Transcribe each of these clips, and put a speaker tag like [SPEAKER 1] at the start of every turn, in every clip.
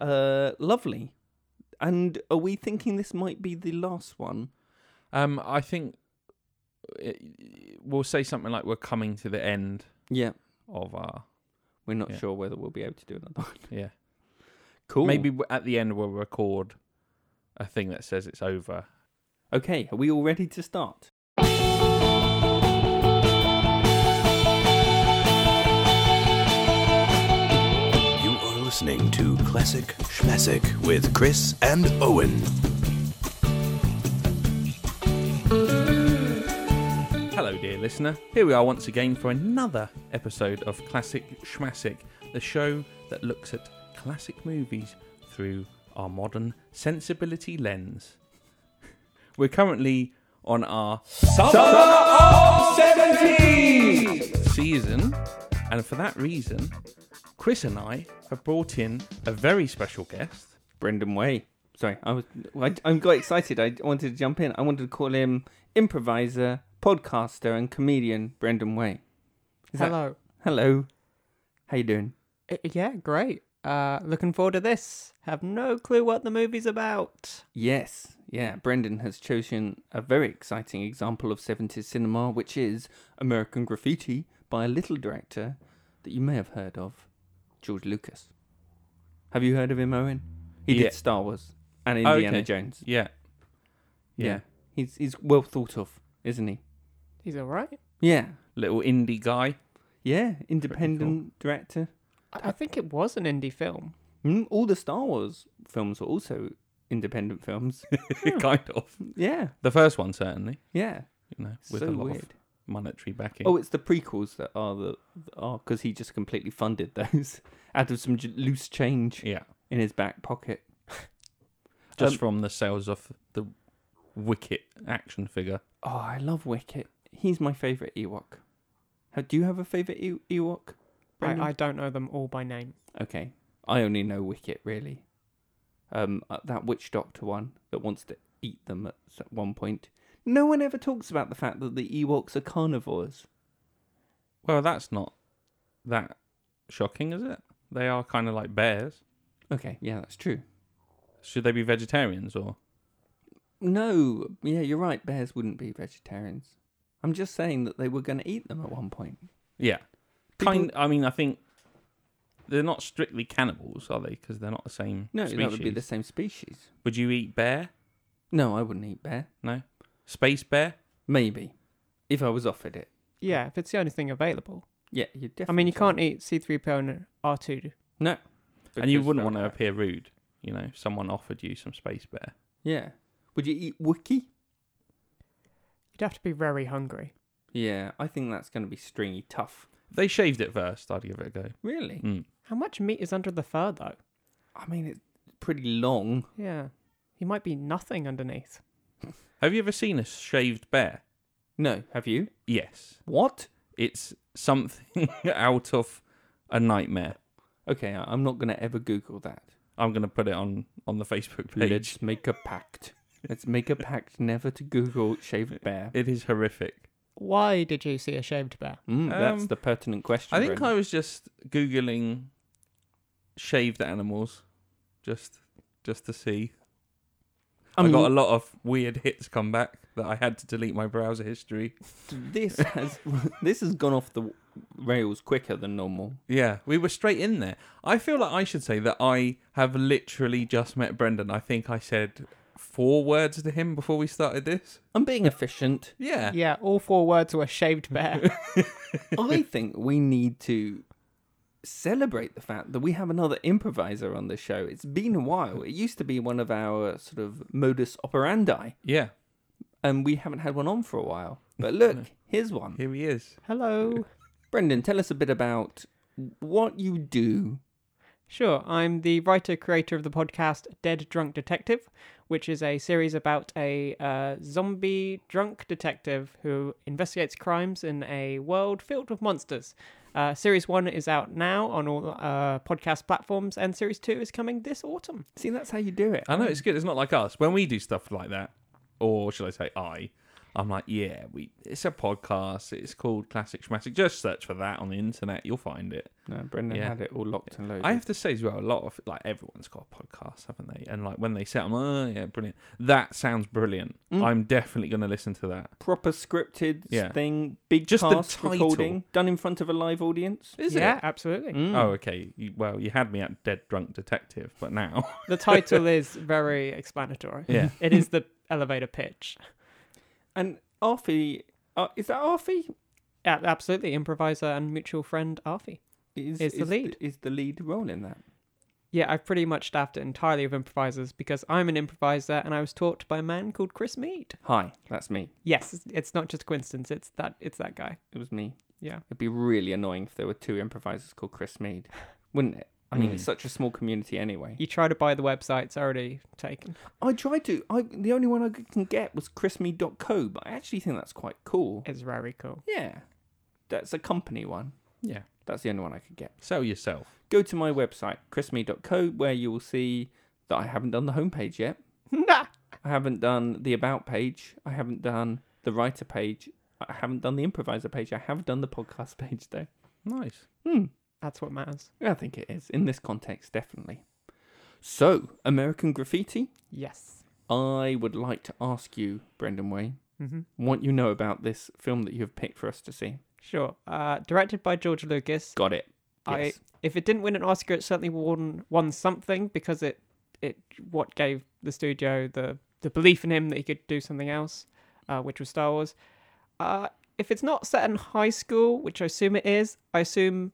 [SPEAKER 1] Uh, lovely. And are we thinking this might be the last one?
[SPEAKER 2] Um, I think it, we'll say something like we're coming to the end
[SPEAKER 1] Yeah,
[SPEAKER 2] of our
[SPEAKER 1] we're not
[SPEAKER 2] Yeah.
[SPEAKER 1] sure whether we'll be able to do another one.
[SPEAKER 2] yeah.
[SPEAKER 1] Cool.
[SPEAKER 2] Maybe w- at the end we'll record a thing that says it's over.
[SPEAKER 1] Okay, are we all ready to start?
[SPEAKER 3] You are listening to Classic Schmessic with Chris and Owen.
[SPEAKER 2] Hello, dear listener. Here we are once again for another episode of Classic Schmassic, the show that looks at classic movies through our modern sensibility lens. We're currently on our Summer, of 70 season, and for that reason, Chris and I have brought in a very special guest.
[SPEAKER 1] Brendan Way. Sorry, I was. I, I'm quite excited. I wanted to jump in. I wanted to call him improviser, podcaster, and comedian Brendan Way. Is that-
[SPEAKER 4] Hello.
[SPEAKER 1] hello. How you doing?
[SPEAKER 4] I- yeah, great. Uh, looking forward to this. Have no clue what the movie's about.
[SPEAKER 1] Yes, yeah. Brendan has chosen a very exciting example of 70s cinema, which is American Graffiti by a little director that you may have heard of, George Lucas. Have you heard of him, Owen? He
[SPEAKER 2] Yeah.
[SPEAKER 1] did Star Wars and
[SPEAKER 2] Oh,
[SPEAKER 1] Indiana
[SPEAKER 2] okay.
[SPEAKER 1] Jones.
[SPEAKER 2] Yeah.
[SPEAKER 1] Yeah. He's he's well thought of, isn't he?
[SPEAKER 4] He's all right.
[SPEAKER 1] Yeah.
[SPEAKER 2] Little indie guy.
[SPEAKER 1] Yeah, independent director.
[SPEAKER 4] I, I think it was an indie film.
[SPEAKER 1] Mm, all the Star Wars films were also independent films.
[SPEAKER 2] kind of.
[SPEAKER 1] yeah,
[SPEAKER 2] The first one, certainly.
[SPEAKER 1] yeah.
[SPEAKER 2] You know, with
[SPEAKER 1] so
[SPEAKER 2] a lot
[SPEAKER 1] weird.
[SPEAKER 2] of monetary backing.
[SPEAKER 1] Oh, it's the prequels that are the that are because he just completely funded those out of some j- loose change
[SPEAKER 2] Yeah,
[SPEAKER 1] in his back pocket.
[SPEAKER 2] just
[SPEAKER 1] Um,
[SPEAKER 2] from the sales of the Wicket action figure.
[SPEAKER 1] Oh, I love Wicket. He's my favorite Ewok. How, do you have a favorite e- Ewok? Brendan?
[SPEAKER 4] I, I don't know them all by name.
[SPEAKER 1] Okay, I only know Wicket really. Um, uh, that witch doctor one that wants to eat them at s- at one point. No one ever talks about the fact that the Ewoks are carnivores.
[SPEAKER 2] Well, that's not that shocking, is it? They are kind of like bears.
[SPEAKER 1] Okay, yeah, that's true.
[SPEAKER 2] Should they be vegetarians or?
[SPEAKER 1] No, yeah, you're right. Bears wouldn't be vegetarians. I'm just saying that they were going to eat them at one point.
[SPEAKER 2] Yeah,
[SPEAKER 1] People-
[SPEAKER 2] kind. I mean, I think they're not strictly cannibals, are they? Because they're not the same
[SPEAKER 1] No,
[SPEAKER 2] species.
[SPEAKER 1] that would be the same species.
[SPEAKER 2] Would you eat bear?
[SPEAKER 1] No, I wouldn't eat bear.
[SPEAKER 2] No, space bear.
[SPEAKER 1] Maybe, if I was offered it.
[SPEAKER 4] Yeah, if it's the only thing available.
[SPEAKER 1] Yeah, you
[SPEAKER 4] I
[SPEAKER 1] definitely.
[SPEAKER 4] mean, you can't eat C3PO and R2.
[SPEAKER 1] No,
[SPEAKER 2] and you
[SPEAKER 1] because
[SPEAKER 2] wouldn't
[SPEAKER 1] they're
[SPEAKER 2] want to
[SPEAKER 1] like-
[SPEAKER 2] appear rude. You know, someone offered you some space bear.
[SPEAKER 1] Yeah. Would you eat Wookie?
[SPEAKER 4] You'd have to be very hungry.
[SPEAKER 1] Yeah, I think that's going to be stringy tough.
[SPEAKER 2] If they shaved it first. I'd give it a go.
[SPEAKER 1] Really?
[SPEAKER 2] Mm.
[SPEAKER 4] How much meat is under the fur, though?
[SPEAKER 1] I mean, it's pretty long.
[SPEAKER 4] Yeah. He might be nothing underneath.
[SPEAKER 2] Have you ever seen a shaved bear?
[SPEAKER 1] No, have you?
[SPEAKER 2] Yes.
[SPEAKER 1] What?
[SPEAKER 2] It's something out of a nightmare.
[SPEAKER 1] Okay, I- I'm not going to ever Google that.
[SPEAKER 2] I'm going to put it on on the Facebook page.
[SPEAKER 1] Let's make a pact. Let's make a pact never to Google shaved bear.
[SPEAKER 2] It is horrific.
[SPEAKER 4] Why did you see a shaved bear?
[SPEAKER 1] Mm, that's
[SPEAKER 2] Um,
[SPEAKER 1] the pertinent question.
[SPEAKER 2] I think
[SPEAKER 1] Brendan.
[SPEAKER 2] I was just googling shaved animals just just to see. I
[SPEAKER 1] Um,
[SPEAKER 2] got a lot of weird hits come back that I had to delete my browser history.
[SPEAKER 1] this has this has gone off the rails quicker than normal.
[SPEAKER 2] Yeah, we were straight in there. I feel like I should say that I have literally just met Brendan. I think I said four words to him before we started this.
[SPEAKER 1] I'm being efficient.
[SPEAKER 2] Yeah.
[SPEAKER 4] Yeah, all four words were shaved bear.
[SPEAKER 1] I think we need to celebrate the fact that we have another improviser on the show. It's been a while. It used to be one of our sort of modus operandi,
[SPEAKER 2] Yeah.
[SPEAKER 1] and we haven't had one on for a while. But look, here's one.
[SPEAKER 2] Here he is.
[SPEAKER 4] Hello.
[SPEAKER 1] Brendan, tell us a bit about what you do.
[SPEAKER 4] Sure, I'm the writer creator of the podcast Dead Drunk Detective, which is a series about a uh, zombie drunk detective who investigates crimes in a world filled with monsters. Uh, series one is out now on all uh, podcast platforms, and series two is coming this autumn.
[SPEAKER 1] See, that's how you do it.
[SPEAKER 2] I know it's good. It's not like us when we do stuff like that, or should I say, I? I'm like, yeah, we. It's a podcast. It's called Classic Schmatic. Just search for that on the internet. You'll find it.
[SPEAKER 1] No, Brendan
[SPEAKER 2] Yeah.
[SPEAKER 1] had it all locked and loaded.
[SPEAKER 2] I have to say as well, a lot of like everyone's got a podcast, haven't they? And like when they say, it, I'm oh yeah, brilliant. That sounds brilliant.
[SPEAKER 1] Mm.
[SPEAKER 2] I'm definitely going to listen to that.
[SPEAKER 1] proper scripted
[SPEAKER 2] Yeah.
[SPEAKER 1] thing, big
[SPEAKER 2] Just the
[SPEAKER 1] cast
[SPEAKER 2] title.
[SPEAKER 1] recording done in front of a live audience.
[SPEAKER 2] Is
[SPEAKER 4] yeah,
[SPEAKER 2] it?
[SPEAKER 4] absolutely.
[SPEAKER 1] Mm.
[SPEAKER 2] Oh, okay. You, well, you had me at Dead Drunk Detective, but now
[SPEAKER 4] The title is very explanatory.
[SPEAKER 2] Yeah.
[SPEAKER 4] It is the elevator pitch.
[SPEAKER 1] And Arfie, uh, is that Arfie?
[SPEAKER 4] A- absolutely. Improviser and mutual friend Arfi. Is the lead.
[SPEAKER 1] is the lead role in that?
[SPEAKER 4] Yeah, I've pretty much staffed it entirely of improvisers because I'm an improviser and I was taught by a man called Chris Mead.
[SPEAKER 1] Hi, that's me.
[SPEAKER 4] Yes, it's- it's not just coincidence. It's that it's that guy.
[SPEAKER 1] It was me.
[SPEAKER 4] Yeah.
[SPEAKER 1] It'd be really annoying if there were two improvisers called Chris Mead, wouldn't it? I mean, it's
[SPEAKER 4] Hmm.
[SPEAKER 1] such a small community anyway.
[SPEAKER 4] You try to buy the website; it's already taken.
[SPEAKER 1] I tried to. I the only one I could- can get was chrismead.co, but I actually think that's quite cool.
[SPEAKER 4] It's very cool.
[SPEAKER 1] Yeah, that's a company one.
[SPEAKER 2] yeah,
[SPEAKER 1] That's the only one I could get.
[SPEAKER 2] sell yourself.
[SPEAKER 1] Go to my website chrismead.co where you will see that I haven't done the homepage yet.
[SPEAKER 4] Nah.
[SPEAKER 1] I haven't done the about page. I haven't done the writer page. I haven't done the improviser page. I have done the podcast page though.
[SPEAKER 2] Nice.
[SPEAKER 1] Hmm.
[SPEAKER 4] That's what matters.
[SPEAKER 1] I think it is in this context, definitely. So, American graffiti.
[SPEAKER 4] Yes.
[SPEAKER 1] I would like to ask you, Brendan Way,
[SPEAKER 4] hmm
[SPEAKER 1] what you know about this film that you have picked for us to see.
[SPEAKER 4] Sure. Uh, directed by George Lucas.
[SPEAKER 1] Got it.
[SPEAKER 4] I
[SPEAKER 1] Yes.
[SPEAKER 4] if it didn't win an Oscar, it certainly won won something because it it what gave the studio the the belief in him that he could do something else, uh, which was Star Wars. Uh, if it's not set in high school, which I assume it is, I assume,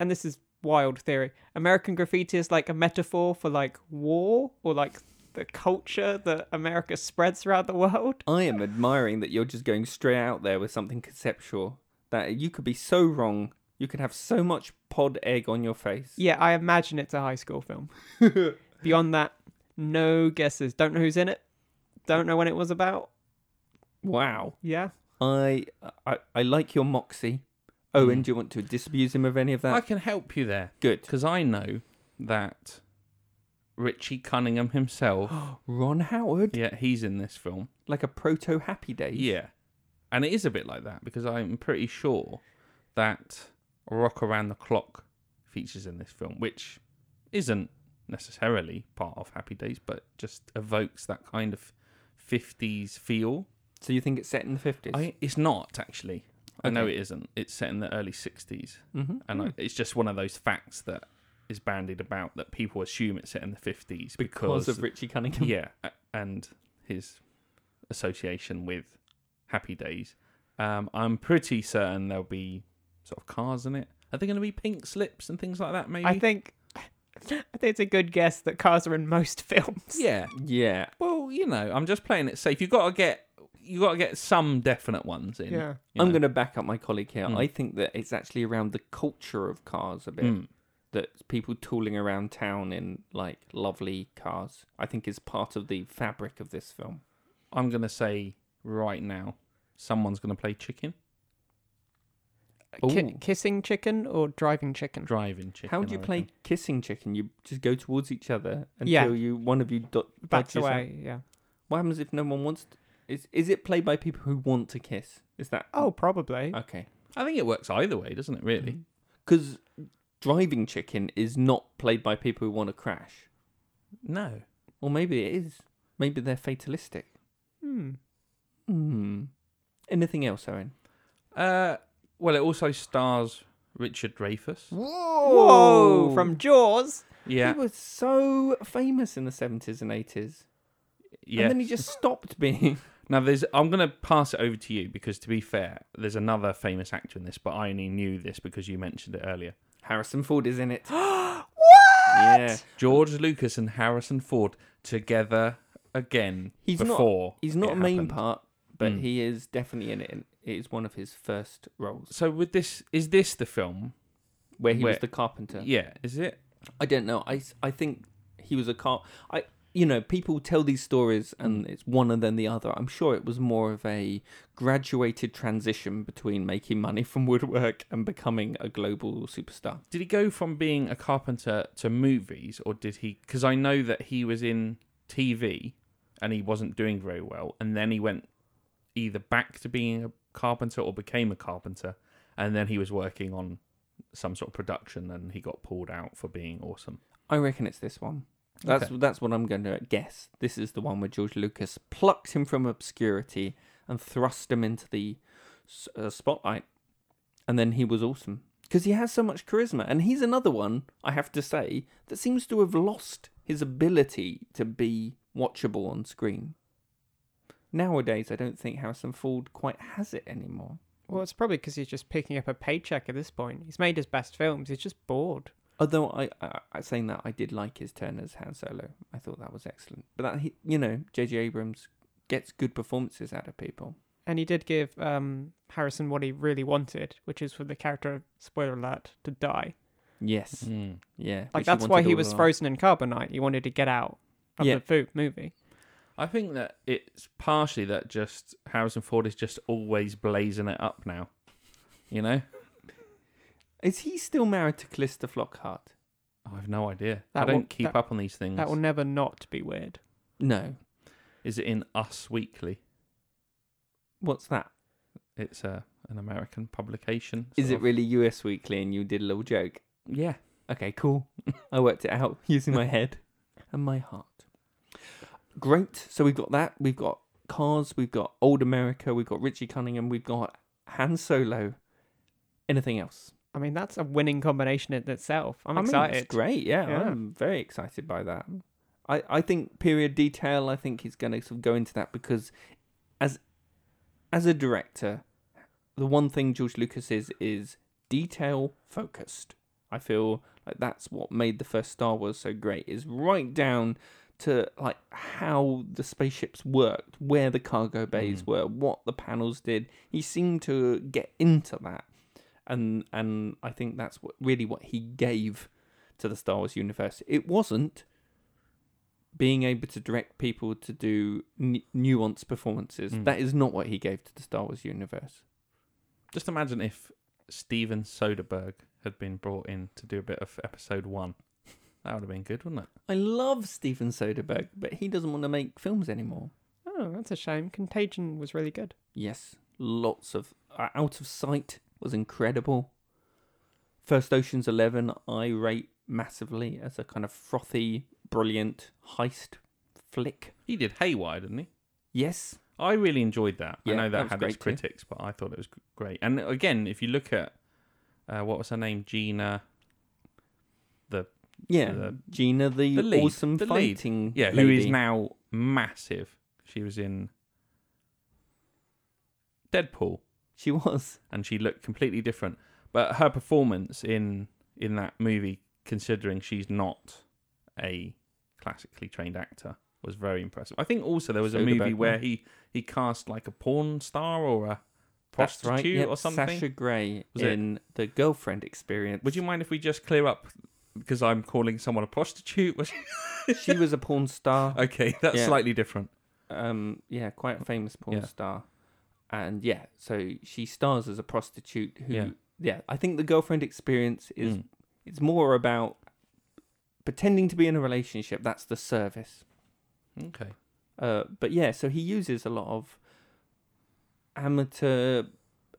[SPEAKER 4] and this is wild theory, American graffiti is like a metaphor for like war or like the culture that America spreads throughout the world.
[SPEAKER 1] I am admiring that you're just going straight out there with something conceptual. That you could be so wrong. You could have so much pod egg on your face.
[SPEAKER 4] Yeah, I imagine it's a high school film. Beyond that, no guesses. Don't know who's in it. Don't know when it was about.
[SPEAKER 1] Wow.
[SPEAKER 4] Yeah.
[SPEAKER 1] I I, I like your moxie. Owen, do you want to disabuse him of any of that?
[SPEAKER 2] Hmm. I can help you there
[SPEAKER 1] Good.
[SPEAKER 2] because I know that Richie Cunningham himself.
[SPEAKER 1] Ron Howard,
[SPEAKER 2] yeah, he's in this film.
[SPEAKER 1] like a proto Happy Days.
[SPEAKER 2] Yeah. And it is a bit like that because I'm pretty sure that Rock Around the Clock features in this film, which isn't necessarily part of Happy Days, but just evokes that kind of 50s feel.
[SPEAKER 1] So you think it's set in the fifties?
[SPEAKER 2] I, it's not, actually. I know
[SPEAKER 1] Okay.
[SPEAKER 2] it isn't. It's set in the early 60s.
[SPEAKER 1] Mm-hmm.
[SPEAKER 2] And I, it's just one of those facts that is bandied about that people assume it's set in the 50s
[SPEAKER 1] because of Richie Cunningham.
[SPEAKER 2] yeah, a- and his association with Happy Days. Um, I'm pretty certain there'll be sort of cars in it. Are there going to be pink slips and things like that? Maybe.
[SPEAKER 4] I think I think it's a good guess that cars are in most films.
[SPEAKER 2] Yeah.
[SPEAKER 1] Yeah.
[SPEAKER 2] Well, you know, I'm just playing it safe. You got to get you got to get some definite ones in.
[SPEAKER 4] Yeah.
[SPEAKER 2] you
[SPEAKER 1] I'm
[SPEAKER 2] know.
[SPEAKER 1] going to back up my colleague here.
[SPEAKER 2] Mm.
[SPEAKER 1] I think that it's actually around the culture of cars a bit.
[SPEAKER 2] Mm.
[SPEAKER 1] That people tooling around town in like lovely cars, I think, is part of the fabric of this film.
[SPEAKER 2] I'm going to say right now, someone's going to play chicken
[SPEAKER 4] Ki-
[SPEAKER 1] Ooh.
[SPEAKER 4] kissing chicken or driving chicken?
[SPEAKER 2] driving chicken.
[SPEAKER 1] How do you
[SPEAKER 2] I
[SPEAKER 1] play
[SPEAKER 2] reckon.
[SPEAKER 1] kissing chicken? You just go towards each other until
[SPEAKER 4] Yeah.
[SPEAKER 1] you one of you do-
[SPEAKER 4] Backs
[SPEAKER 1] dodges out?
[SPEAKER 4] away. Yeah.
[SPEAKER 1] What happens if no one wants? To, is is it played by people who want to kiss? Is that
[SPEAKER 4] Oh, probably.
[SPEAKER 1] okay?
[SPEAKER 2] I think it works either way, doesn't it? Really.
[SPEAKER 1] Because driving chicken is not played by people who want to crash. Mm-hmm.
[SPEAKER 2] No.
[SPEAKER 1] Or maybe it is. Maybe they're fatalistic.
[SPEAKER 4] Hmm.
[SPEAKER 1] Hmm. Anything else, Owen?
[SPEAKER 2] Uh, well, it also stars Richard Dreyfuss.
[SPEAKER 4] Whoa! From Jaws.
[SPEAKER 2] Yeah.
[SPEAKER 1] He was so famous in the 70s and 80s.
[SPEAKER 2] Yeah.
[SPEAKER 1] And then he just stopped being.
[SPEAKER 2] Now there's I'm gonna pass it over to you because to be fair, there's another famous actor in this, but I only knew this because you mentioned it earlier.
[SPEAKER 1] Harrison Ford is in it.
[SPEAKER 4] Yeah.
[SPEAKER 2] George Lucas and Harrison Ford together again
[SPEAKER 1] He's not-
[SPEAKER 2] before.
[SPEAKER 1] He's not
[SPEAKER 2] it
[SPEAKER 1] a main
[SPEAKER 2] happened.
[SPEAKER 1] part, but
[SPEAKER 2] Mm.
[SPEAKER 1] he is definitely in it. and It is one of his first roles
[SPEAKER 2] So with this is this the film?
[SPEAKER 1] where he
[SPEAKER 2] Where-
[SPEAKER 1] was the carpenter.
[SPEAKER 2] Yeah, is it?
[SPEAKER 1] I don't know. I, s- I think he was a car. I you know people tell these stories and it's one and then the other. I'm sure it was more of a graduated transition between making money from woodwork and becoming a global superstar.
[SPEAKER 2] Did he go from being a carpenter to movies or did he cuz I know that he was in TV and he wasn't doing very well and then he went either back to being a carpenter or became a carpenter, and then he was working on some sort of production, and he got pulled out for being awesome.
[SPEAKER 1] I reckon it's this one. That's
[SPEAKER 2] Okay.
[SPEAKER 1] that's what I'm going to guess. This is the one where George Lucas plucked him from obscurity and thrust him into the s- uh, spotlight, and then he was awesome because he has so much charisma. And he's another one I have to say that seems to have lost his ability to be watchable on screen. Nowadays, I don't think Harrison Ford quite has it anymore.
[SPEAKER 4] Well, it's probably because he's just picking up a paycheck at this point. He's made his best films. He's just bored.
[SPEAKER 1] Although I, I, I saying that I did like his turn as Han Solo, I thought that was excellent. But that he, you know, J.J. Abrams gets good performances out of people.
[SPEAKER 4] And he did give um, Harrison what he really wanted, which is for the character, spoiler alert, to die.
[SPEAKER 1] Yes,
[SPEAKER 4] Hmm.
[SPEAKER 1] yeah.
[SPEAKER 4] Like
[SPEAKER 1] which
[SPEAKER 4] that's why
[SPEAKER 1] wanted
[SPEAKER 4] he
[SPEAKER 1] all
[SPEAKER 4] was
[SPEAKER 1] along.
[SPEAKER 4] frozen in carbonite. He wanted to get out of
[SPEAKER 1] Yeah.
[SPEAKER 4] the food movie.
[SPEAKER 2] I think that it's partially that just Harrison Ford is just always blazing it up now. You know,
[SPEAKER 1] Is he still married to Callista Flockhart?
[SPEAKER 2] I have no idea. I
[SPEAKER 4] That
[SPEAKER 2] don't
[SPEAKER 4] will-
[SPEAKER 2] keep
[SPEAKER 4] that-
[SPEAKER 2] up on these things.
[SPEAKER 4] That will never not be weird.
[SPEAKER 1] No.
[SPEAKER 2] Is it in Us Weekly?
[SPEAKER 1] What's that?
[SPEAKER 2] It's uh, an American publication.
[SPEAKER 1] Is
[SPEAKER 2] sort
[SPEAKER 1] it
[SPEAKER 2] of.
[SPEAKER 1] really U.S. Weekly? And you did a little joke.
[SPEAKER 2] Yeah.
[SPEAKER 1] Okay, cool. I worked it out using my head and my heart. Great. So we've got that. We've got Cars. We've got Old America. We've got Richie Cunningham. We've got Han Solo. Anything else?
[SPEAKER 4] I mean, that's a winning combination in itself. I'm
[SPEAKER 1] I mean, that's
[SPEAKER 4] excited.
[SPEAKER 1] great. Yeah,
[SPEAKER 4] Yeah.
[SPEAKER 1] I'm very excited by that. I, I think period detail. I think he's going to sort of go into that because, as as a director, the one thing George Lucas is is detail focused. I feel like that's what made the first Star Wars so great. Is right down to like how the spaceships worked, where the cargo bays were, what the panels did. He seemed to get into that, and and I think that's what really what he gave to the Star Wars universe. It wasn't being able to direct people to do n- nuanced performances.
[SPEAKER 2] Mm.
[SPEAKER 1] That is not what he gave to the Star Wars universe.
[SPEAKER 2] Just imagine if Steven Soderbergh had been brought in to do a bit of episode one. That would have been good, wouldn't it?
[SPEAKER 1] I love Steven Soderbergh, but he doesn't want to make films anymore.
[SPEAKER 4] Oh, that's a shame. Contagion was really good.
[SPEAKER 1] Yes, lots of uh, Out of Sight was incredible. First Ocean's Eleven, I rate massively as a kind of frothy, brilliant heist flick.
[SPEAKER 2] He did Haywire, didn't he?
[SPEAKER 1] Yes,
[SPEAKER 2] I really enjoyed that.
[SPEAKER 1] Yeah,
[SPEAKER 2] I know
[SPEAKER 1] that
[SPEAKER 2] that,
[SPEAKER 1] was
[SPEAKER 2] had
[SPEAKER 1] great
[SPEAKER 2] its
[SPEAKER 1] too.
[SPEAKER 2] critics, but I thought it was g- great. And again, if you look at uh, what was her name, Gina,
[SPEAKER 1] yeah,
[SPEAKER 2] The-
[SPEAKER 1] Gina, the,
[SPEAKER 2] uh, the lead-
[SPEAKER 1] awesome
[SPEAKER 2] the lead.
[SPEAKER 1] fighting,
[SPEAKER 2] yeah, who is
[SPEAKER 1] lady.
[SPEAKER 2] now massive. She was in Deadpool,
[SPEAKER 1] She was.
[SPEAKER 2] and she looked completely different. But her performance in in that movie, considering she's not a classically trained actor, was very impressive. I think also there was a
[SPEAKER 1] Soderbergh,
[SPEAKER 2] movie where
[SPEAKER 1] yeah.
[SPEAKER 2] he he cast like a porn star or a prostitute
[SPEAKER 1] yep,
[SPEAKER 2] or something.
[SPEAKER 1] Sasha Grey
[SPEAKER 2] Was it-
[SPEAKER 1] in the girlfriend experience.
[SPEAKER 2] Would you mind if we just clear up because I'm calling someone a prostitute? Was-
[SPEAKER 1] she was a porn star.
[SPEAKER 2] okay, that's
[SPEAKER 1] Yeah.
[SPEAKER 2] slightly different.
[SPEAKER 1] um yeah quite a famous porn
[SPEAKER 2] Yeah.
[SPEAKER 1] star and yeah so she stars as a prostitute who yeah,
[SPEAKER 2] Yeah.
[SPEAKER 1] i think the girlfriend experience is
[SPEAKER 2] Mm.
[SPEAKER 1] it's more about pretending to be in a relationship that's the service
[SPEAKER 2] Okay.
[SPEAKER 1] uh but yeah so he uses a lot of amateur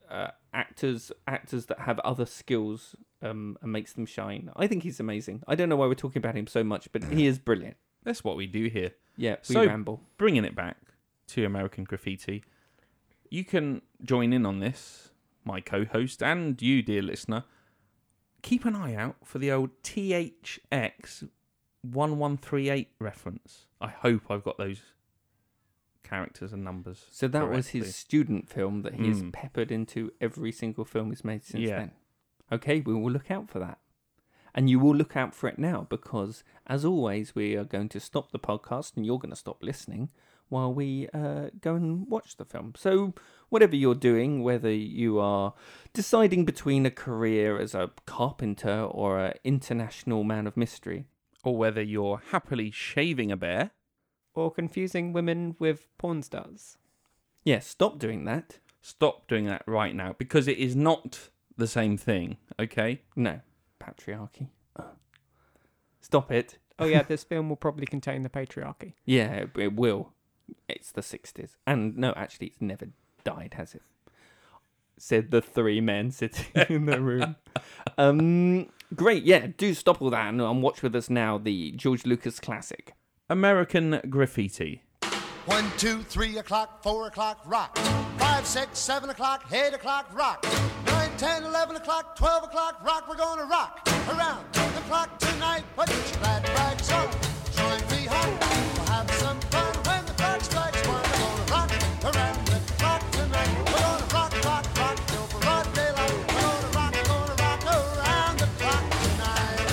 [SPEAKER 1] uh, actors actors that have other skills um and makes them shine i think he's amazing i don't know why we're talking about him so much but he is brilliant
[SPEAKER 2] That's what we do here.
[SPEAKER 1] yeah we
[SPEAKER 2] So-
[SPEAKER 1] ramble
[SPEAKER 2] Bringing it back to American Graffiti, you can join in on this, my co host, and you, dear listener. Keep an eye out for the old THX1138 reference. I hope I've got those characters and numbers.
[SPEAKER 1] So that was
[SPEAKER 2] correctly.
[SPEAKER 1] his student film that he has
[SPEAKER 2] Mm.
[SPEAKER 1] peppered into every single film he's made since
[SPEAKER 2] Yeah.
[SPEAKER 1] then. Okay, we will look out for that. And you will look out for it now because, as always, we are going to stop the podcast and you're going to stop listening while we uh, go and watch the film. So, whatever you're doing, whether you are deciding between a career as a carpenter or an international man of mystery,
[SPEAKER 2] Or whether you're happily shaving a bear.
[SPEAKER 4] Or confusing women with porn stars.
[SPEAKER 1] yeah, stop doing that.
[SPEAKER 2] stop doing that right now because it is not the same thing. Okay,
[SPEAKER 1] No, patriarchy. Ugh. Stop it.
[SPEAKER 4] Oh yeah, this film will probably contain the patriarchy.
[SPEAKER 1] Yeah, it, it will. It's the 60s. And no, actually, it's never died, has it? Said the three men sitting in the room. Um, great, yeah. Do stop all that and, and watch with us now the George Lucas classic.
[SPEAKER 2] American Graffiti.
[SPEAKER 5] One, two, three o'clock, four o'clock, rock. Five, six, seven o'clock, eight o'clock, rock. Nine, ten, eleven o'clock, twelve o'clock, rock. We're gonna rock around the clock tonight. Put your glad rags on. Join me home. We'll have some fun when the clock strikes one. We're gonna rock around the clock tonight. We're gonna rock, rock, rock till broad daylight. We're gonna rock, gonna rock around the clock tonight.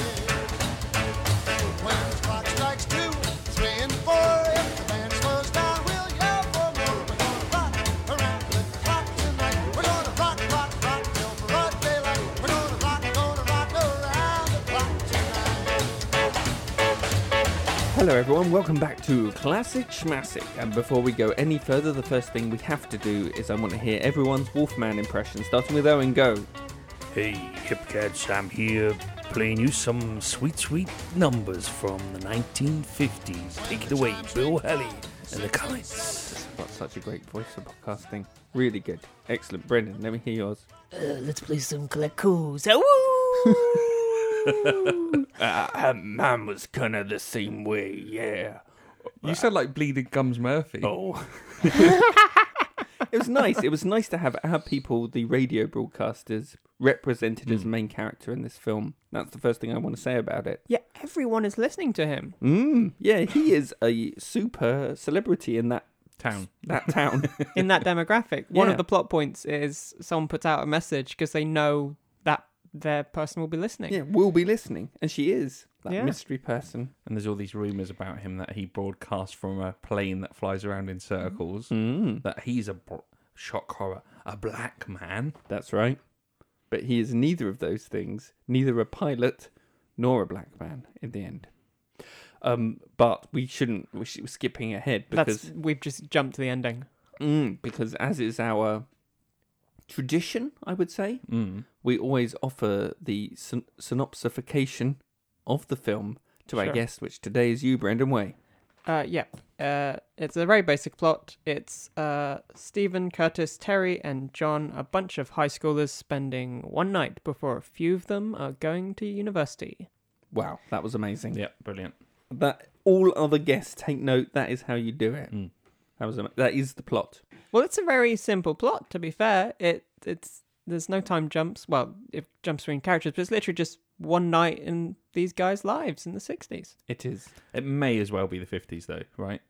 [SPEAKER 5] When the clock strikes two, three, and four, if the band slows down, we'll yell for more. We're gonna rock around the clock tonight. We're gonna rock, rock, rock till broad daylight. We're gonna rock, gonna rock around the clock tonight.
[SPEAKER 1] Hello, everyone. Welcome back to Classic Schmassic. And before we go any further, the first thing we have to do is I want to hear everyone's Wolfman impression, starting with Owen. Go.
[SPEAKER 6] Hey, hip cats, I'm here playing you some sweet, sweet numbers from the 1950s. Take it away, Bill Haley and the Comets.
[SPEAKER 1] Got such a great voice for podcasting. Really good. Excellent. Brendan, let me hear yours.
[SPEAKER 7] Uh, let's play some collectibles. Woo!
[SPEAKER 3] Her man was kinda the same way, yeah.
[SPEAKER 2] You sound like Bleeding Gums Murphy.
[SPEAKER 3] Oh.
[SPEAKER 1] It was nice. it was nice to have our people, the radio broadcasters, represented as main character in this film. That's the first thing I want to say about it.
[SPEAKER 4] Yeah, everyone is listening to him.
[SPEAKER 1] Mm, yeah, he is a super celebrity in that
[SPEAKER 2] Town.
[SPEAKER 1] that town.
[SPEAKER 4] in that demographic. One
[SPEAKER 1] Yeah.
[SPEAKER 4] of the plot points is someone puts out a message because they know that their person will be listening.
[SPEAKER 1] yeah, will be listening, and she is that
[SPEAKER 4] Yeah.
[SPEAKER 1] mystery person.
[SPEAKER 2] And there's all these rumours about him that he broadcasts from a plane that flies around in circles.
[SPEAKER 1] Mm,
[SPEAKER 2] That he's a br- shock horror, a black man.
[SPEAKER 1] that's right. But he is neither of those things. Neither a pilot nor a black man. In the end. Um, but we shouldn't. We should, we're skipping ahead because
[SPEAKER 4] That's we've just jumped to the ending.
[SPEAKER 1] Mm, because as is our tradition, I would say,
[SPEAKER 2] Mm.
[SPEAKER 1] we always offer the syn- synopsification of the film to our
[SPEAKER 4] Sure.
[SPEAKER 1] guest, which today is you, Brendan Way.
[SPEAKER 4] Uh, yeah, uh, it's a very basic plot. It's uh, Stephen, Curtis, Terry, and John, a bunch of high schoolers spending one night before a few of them are going to university.
[SPEAKER 1] Wow, that was amazing.
[SPEAKER 2] Yep, brilliant.
[SPEAKER 1] That all other guests take note. That is how you do it.
[SPEAKER 2] Mm.
[SPEAKER 1] That was ama- that is the plot.
[SPEAKER 4] Well, it's a very simple plot. To be fair, it it's there's no time jumps. Well, if jumps between characters, but it's literally just one night in these guys' lives in the '60s.
[SPEAKER 1] It is.
[SPEAKER 2] It may as well be the 50s, though, right?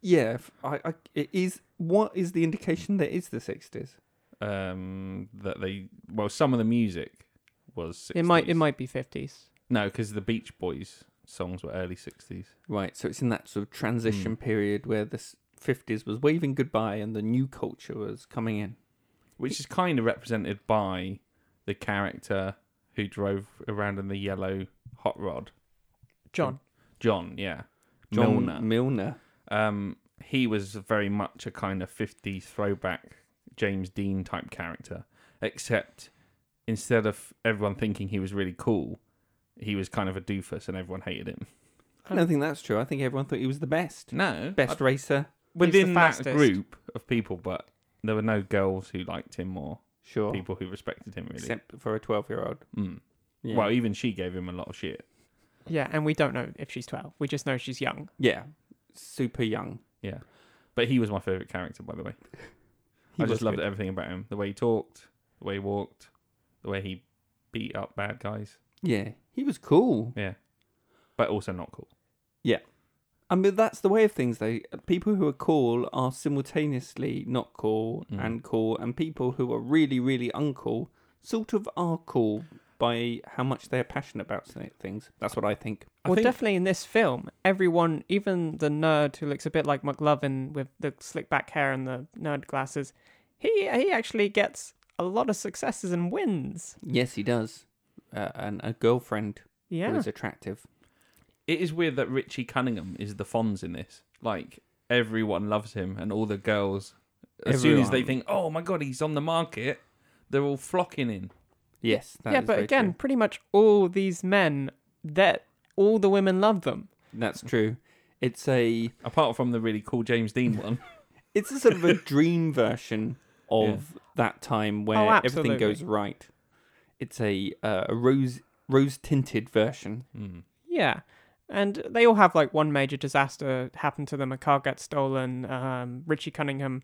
[SPEAKER 1] Yeah, if I, I. It is. What is the indication that is the sixties?
[SPEAKER 2] Um, that they, well, some of the music was 60s.
[SPEAKER 4] It might it might be fifties.
[SPEAKER 2] No, because the Beach Boys songs were early 60s.
[SPEAKER 1] Right. So it's in that sort of transition period where the fifties was waving goodbye and the new culture was coming in.
[SPEAKER 2] which is kind of represented by the character who drove around in the yellow hot rod,
[SPEAKER 4] John.
[SPEAKER 2] John. Yeah,
[SPEAKER 1] John
[SPEAKER 2] Milner.
[SPEAKER 1] Milner.
[SPEAKER 2] Um, he was very much a kind of 50s throwback James Dean type character, except instead of everyone thinking he was really cool, he was kind of a doofus and everyone hated him.
[SPEAKER 1] I don't think that's true. I think everyone thought he was the best.
[SPEAKER 2] No,
[SPEAKER 1] Best racer.
[SPEAKER 2] within that
[SPEAKER 4] fastest.
[SPEAKER 2] group of people, but there were no girls who liked him or
[SPEAKER 1] Sure.
[SPEAKER 2] people who respected him really.
[SPEAKER 1] Except for a 12 year old.
[SPEAKER 2] Mm.
[SPEAKER 1] Yeah.
[SPEAKER 2] Well, even she gave him a lot of shit.
[SPEAKER 4] Yeah, and we don't know if she's 12. We just know she's young.
[SPEAKER 1] yeah. Super young.
[SPEAKER 2] Yeah. But he was my favourite character, by the way.
[SPEAKER 1] He
[SPEAKER 2] I just
[SPEAKER 1] was
[SPEAKER 2] loved
[SPEAKER 1] good.
[SPEAKER 2] everything about him. The way he talked, the way he walked, the way he beat up bad guys.
[SPEAKER 1] Yeah. He was cool.
[SPEAKER 2] Yeah. But also not cool.
[SPEAKER 1] I mean, that's the way of things, though. People who are cool are simultaneously not cool
[SPEAKER 2] Mm.
[SPEAKER 1] and cool, and people who are really, really uncool sort of are cool by how much they're passionate about certain things. That's what I think.
[SPEAKER 4] well, definitely in this film, everyone, even the nerd who looks a bit like McLovin with the slick back hair and the nerd glasses, he he actually gets a lot of successes and wins.
[SPEAKER 1] Yes, he does. Uh, and a girlfriend who
[SPEAKER 4] Yeah.
[SPEAKER 1] is attractive.
[SPEAKER 2] It is weird that Richie Cunningham is the Fonz in this. Like, everyone loves him, and all the girls, as soon as they
[SPEAKER 1] Everyone.
[SPEAKER 2] think, oh my God, he's on the market, they're all flocking in.
[SPEAKER 1] Yes, that
[SPEAKER 4] yeah,
[SPEAKER 1] is
[SPEAKER 4] but
[SPEAKER 1] very
[SPEAKER 4] again,
[SPEAKER 1] true.
[SPEAKER 4] pretty much all these men that all the women love them.
[SPEAKER 1] That's true. It's a
[SPEAKER 2] Apart from the really cool James Dean one.
[SPEAKER 1] it's a sort of a dream version of that time where everything
[SPEAKER 4] Oh, absolutely.
[SPEAKER 1] goes right. It's a uh, a rose rose tinted version.
[SPEAKER 2] Hmm.
[SPEAKER 4] Yeah. And they all have like one major disaster happen to them. A car gets stolen. Um, Richie Cunningham,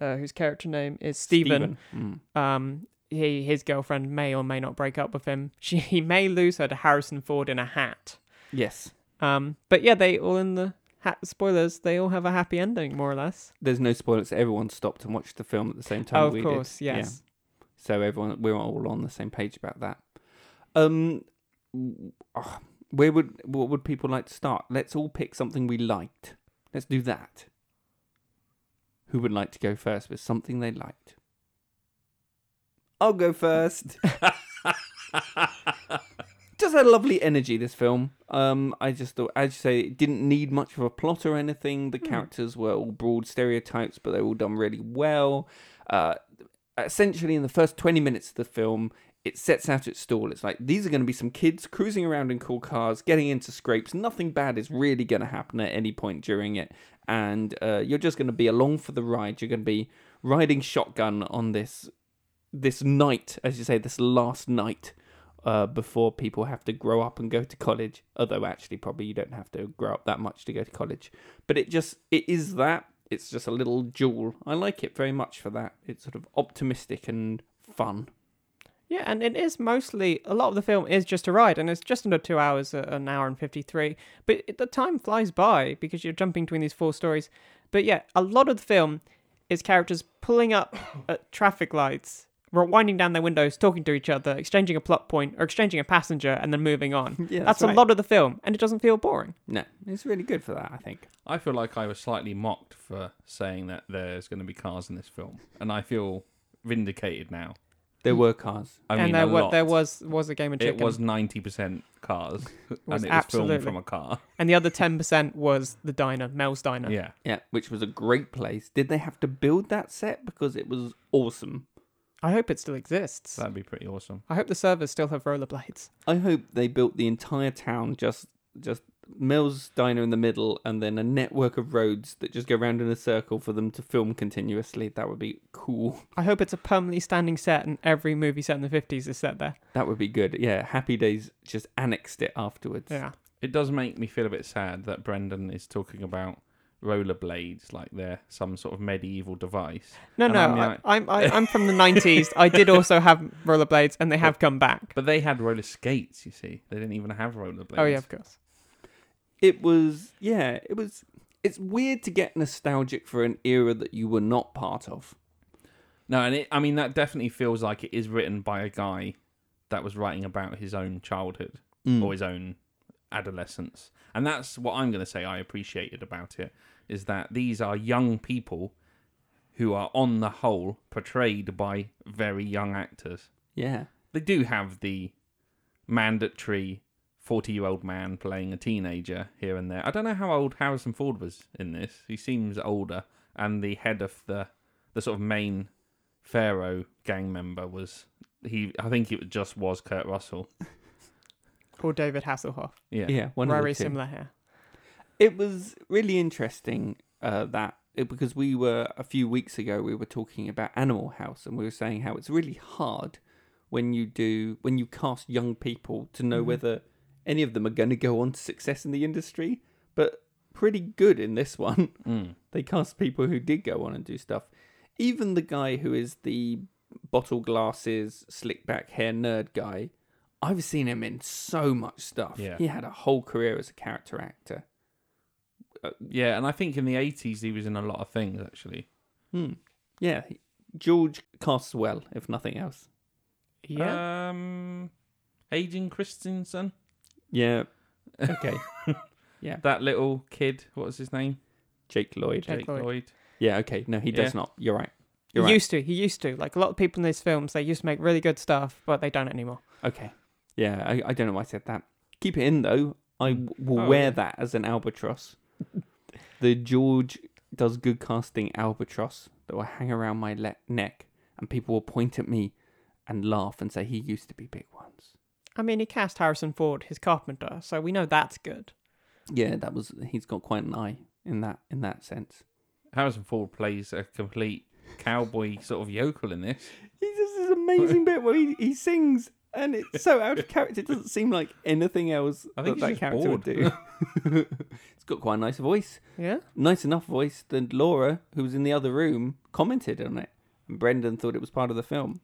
[SPEAKER 4] uh, whose character name is Stephen,
[SPEAKER 1] Stephen.
[SPEAKER 4] um, he his girlfriend may or may not break up with him. She he may lose her to Harrison Ford in a hat.
[SPEAKER 1] Yes,
[SPEAKER 4] Um, but yeah, they all in the ha- spoilers. They all have a happy ending, more or less.
[SPEAKER 1] there's no spoilers. Everyone stopped and watched the film at the same time.
[SPEAKER 4] oh,
[SPEAKER 1] we
[SPEAKER 4] of
[SPEAKER 1] did.
[SPEAKER 4] course,
[SPEAKER 1] Yeah.
[SPEAKER 4] yes.
[SPEAKER 1] So everyone, we're all on the same page about that. Um, w- ah, where would what would people like to start? Let's all pick something we liked. Let's do that. Who would like to go first with something they liked? I'll go first. just had lovely energy this film. Um, I just thought, as you say, it didn't need much of a plot or anything. The characters were all broad stereotypes, but they were all done really well. Uh, essentially in the first 20 minutes of the film it sets out its stall it's like these are going to be some kids cruising around in cool cars getting into scrapes nothing bad is really going to happen at any point during it and uh, you're just going to be along for the ride you're going to be riding shotgun on this this night as you say this last night uh, before people have to grow up and go to college although actually probably you don't have to grow up that much to go to college but it just it is that it's just a little jewel i like it very much for that it's sort of optimistic and fun
[SPEAKER 4] Yeah, and it is mostly a lot of the film is just a ride, and it's just under two hours, uh, an hour and fifty three. But it- the time flies by because you're jumping between these four stories. But yeah, a lot of the film is characters pulling up at traffic lights, winding down their windows, talking to each other, exchanging a plot point or exchanging a passenger, and then moving on.
[SPEAKER 1] Yeah,
[SPEAKER 4] that's
[SPEAKER 1] that's right.
[SPEAKER 4] a lot of the film, and it doesn't feel boring.
[SPEAKER 1] no it's really good for that i think
[SPEAKER 2] I feel like I was slightly mocked for saying that there's going to be cars in this film, and I feel vindicated now.
[SPEAKER 1] there were cars
[SPEAKER 2] I mean,
[SPEAKER 4] and
[SPEAKER 2] a
[SPEAKER 4] there, wa-
[SPEAKER 2] lot.
[SPEAKER 4] there was was a game of
[SPEAKER 2] it
[SPEAKER 4] chicken,
[SPEAKER 2] was ninety percent cars,
[SPEAKER 4] was
[SPEAKER 2] and it was
[SPEAKER 4] absolutely-
[SPEAKER 2] filmed from a car.
[SPEAKER 4] and the other ten percent was the diner, Mel's diner.
[SPEAKER 2] Yeah,
[SPEAKER 1] yeah which was a great place did they have to build that set because it was awesome
[SPEAKER 4] I hope it still exists.
[SPEAKER 2] that'd be pretty awesome.
[SPEAKER 4] I hope the servers still have rollerblades.
[SPEAKER 1] i hope they built the entire town just just Mills Diner in the middle, and then a network of roads that just go round in a circle for them to film continuously. That would be cool.
[SPEAKER 4] I hope it's a permanently standing set and every movie set in the 50s is set there.
[SPEAKER 1] That would be good. Yeah, Happy Days just annexed it afterwards.
[SPEAKER 4] Yeah.
[SPEAKER 2] It does make me feel a bit sad that Brendan is talking about rollerblades like they're some sort of medieval device.
[SPEAKER 4] No,
[SPEAKER 2] And
[SPEAKER 4] no,
[SPEAKER 2] I'm
[SPEAKER 4] I,
[SPEAKER 2] like-
[SPEAKER 4] I'm, I, I'm from the 90s. I did also have rollerblades and they have come back.
[SPEAKER 2] but they had roller skates. You see, they didn't even have rollerblades.
[SPEAKER 4] Oh, yeah, of course.
[SPEAKER 1] it was yeah it was it's weird to get nostalgic for an era that you were not part of
[SPEAKER 2] No, and it, I mean that definitely feels like it is written by a guy that was writing about his own childhood
[SPEAKER 4] Mm.
[SPEAKER 2] or his own adolescence, and that's what I'm going to say. I appreciated about it is that these are young people who are, on the whole, portrayed by very young actors.
[SPEAKER 1] yeah
[SPEAKER 2] They do have the mandatory forty-year-old man playing a teenager here and there. I don't know how old Harrison Ford was in this. He seems older, and the head of the the sort of main Pharaoh gang member was he. I think it just was Kurt Russell.
[SPEAKER 4] Or David Hasselhoff.
[SPEAKER 2] Yeah,
[SPEAKER 1] yeah one of the
[SPEAKER 4] Very
[SPEAKER 1] two.
[SPEAKER 4] similar hair.
[SPEAKER 1] it was really interesting uh, that it, because we were a few weeks ago we were talking about Animal House and we were saying how it's really hard when you do when you cast young people to know whether any of them are going to go on to success in the industry, but pretty good in this one. They cast people who did go on and do stuff. Even the guy who is the bottle glasses, slick back hair nerd guy, I've seen him in so much stuff.
[SPEAKER 2] Yeah.
[SPEAKER 1] He had a whole career as a character actor.
[SPEAKER 2] yeah. And I think in the eighties he was in a lot of things actually.
[SPEAKER 1] Hmm. Yeah, he- George casts well, if nothing else.
[SPEAKER 4] Yeah.
[SPEAKER 2] Um, Aging Christensen,
[SPEAKER 1] Yeah. Okay.
[SPEAKER 2] that little kid. What was his name?
[SPEAKER 1] Jake Lloyd.
[SPEAKER 4] Jake Lloyd.
[SPEAKER 1] Yeah. Okay. No, he does
[SPEAKER 2] Yeah.
[SPEAKER 1] not. You're right.
[SPEAKER 4] he
[SPEAKER 1] You're right.
[SPEAKER 4] used to. He used to. Like a lot of people in these films, they used to make really good stuff, but they don't anymore.
[SPEAKER 1] Okay. Yeah. I, I don't know why I said that. Keep it in though. I w- will
[SPEAKER 2] Oh,
[SPEAKER 1] wear
[SPEAKER 2] yeah.
[SPEAKER 1] that as an albatross. the George does good casting albatross that will hang around my le- neck, and people will point at me and laugh and say he used to be big once.
[SPEAKER 4] I mean, he cast Harrison Ford, his carpenter, so we know that's good.
[SPEAKER 1] Yeah, that was. He's got quite an eye in that in that sense.
[SPEAKER 2] Harrison Ford plays a complete cowboy sort of yokel in this.
[SPEAKER 1] He does this amazing bit where he, he sings, and it's so out of character. It doesn't seem like anything else
[SPEAKER 2] I think
[SPEAKER 1] that, that
[SPEAKER 2] he's
[SPEAKER 1] character
[SPEAKER 2] just
[SPEAKER 1] would do. it's got quite a nice voice.
[SPEAKER 4] Yeah.
[SPEAKER 1] Nice enough voice that Laura, who was in the other room, commented on it. And Brendan thought it was part of the film.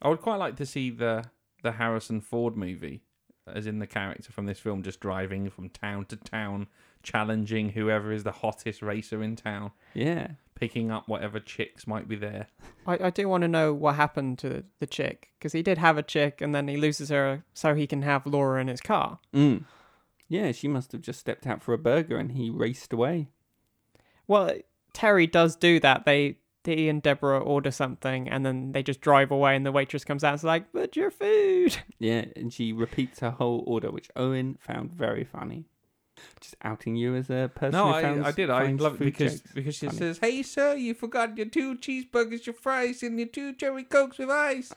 [SPEAKER 2] I would quite like to see the the Harrison Ford movie, as in the character from this film, just driving from town to town, challenging whoever is the hottest racer in town,
[SPEAKER 1] Yeah.
[SPEAKER 2] picking up whatever chicks might be there.
[SPEAKER 4] I, I do want to know what happened to the chick because he did have a chick and then he loses her so he can have Laura in his car.
[SPEAKER 1] Mm. Yeah, she must have just stepped out for a burger and he raced away.
[SPEAKER 4] Well, Terry does do that. They he and Deborah order something and then they just drive away and the waitress comes out and's like, "But your food."
[SPEAKER 1] Yeah, and she repeats her whole order, which Owen found very funny. Just outing you as a person.
[SPEAKER 2] No,
[SPEAKER 1] who found,
[SPEAKER 2] I, I did. I
[SPEAKER 1] finds
[SPEAKER 2] love it
[SPEAKER 1] food
[SPEAKER 2] because
[SPEAKER 1] jokes
[SPEAKER 2] because she
[SPEAKER 1] funny.
[SPEAKER 2] says, "Hey, sir, you forgot your two cheeseburgers, your fries, and your two cherry cokes with ice."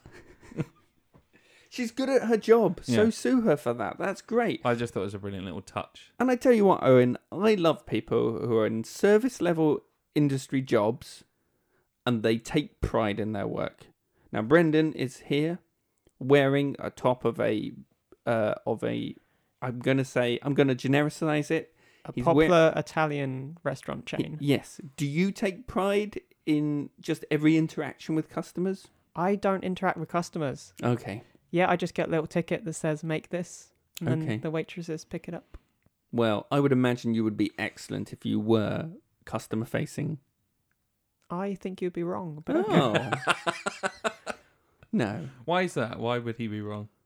[SPEAKER 1] she's good at her job, so
[SPEAKER 2] Yeah.
[SPEAKER 1] sue her for that. That's great.
[SPEAKER 2] I just thought it was a brilliant little touch.
[SPEAKER 1] And I tell you what, Owen, I love people who are in service level industry jobs and they take pride in their work. Now Brendan is here wearing a top of a uh, of a I'm going to say I'm going to genericize it.
[SPEAKER 4] A
[SPEAKER 1] He's
[SPEAKER 4] popular
[SPEAKER 1] wear-
[SPEAKER 4] Italian restaurant chain.
[SPEAKER 1] Yes. Do you take pride in just every interaction with customers?
[SPEAKER 4] I don't interact with customers.
[SPEAKER 1] Okay.
[SPEAKER 4] Yeah, I just get a little ticket that says make this and then
[SPEAKER 1] Okay.
[SPEAKER 4] the waitresses pick it up.
[SPEAKER 1] Well, I would imagine you would be excellent if you were customer facing.
[SPEAKER 4] I think you'd be wrong, but okay.
[SPEAKER 1] Oh. no.
[SPEAKER 2] Why is that? Why would he be wrong?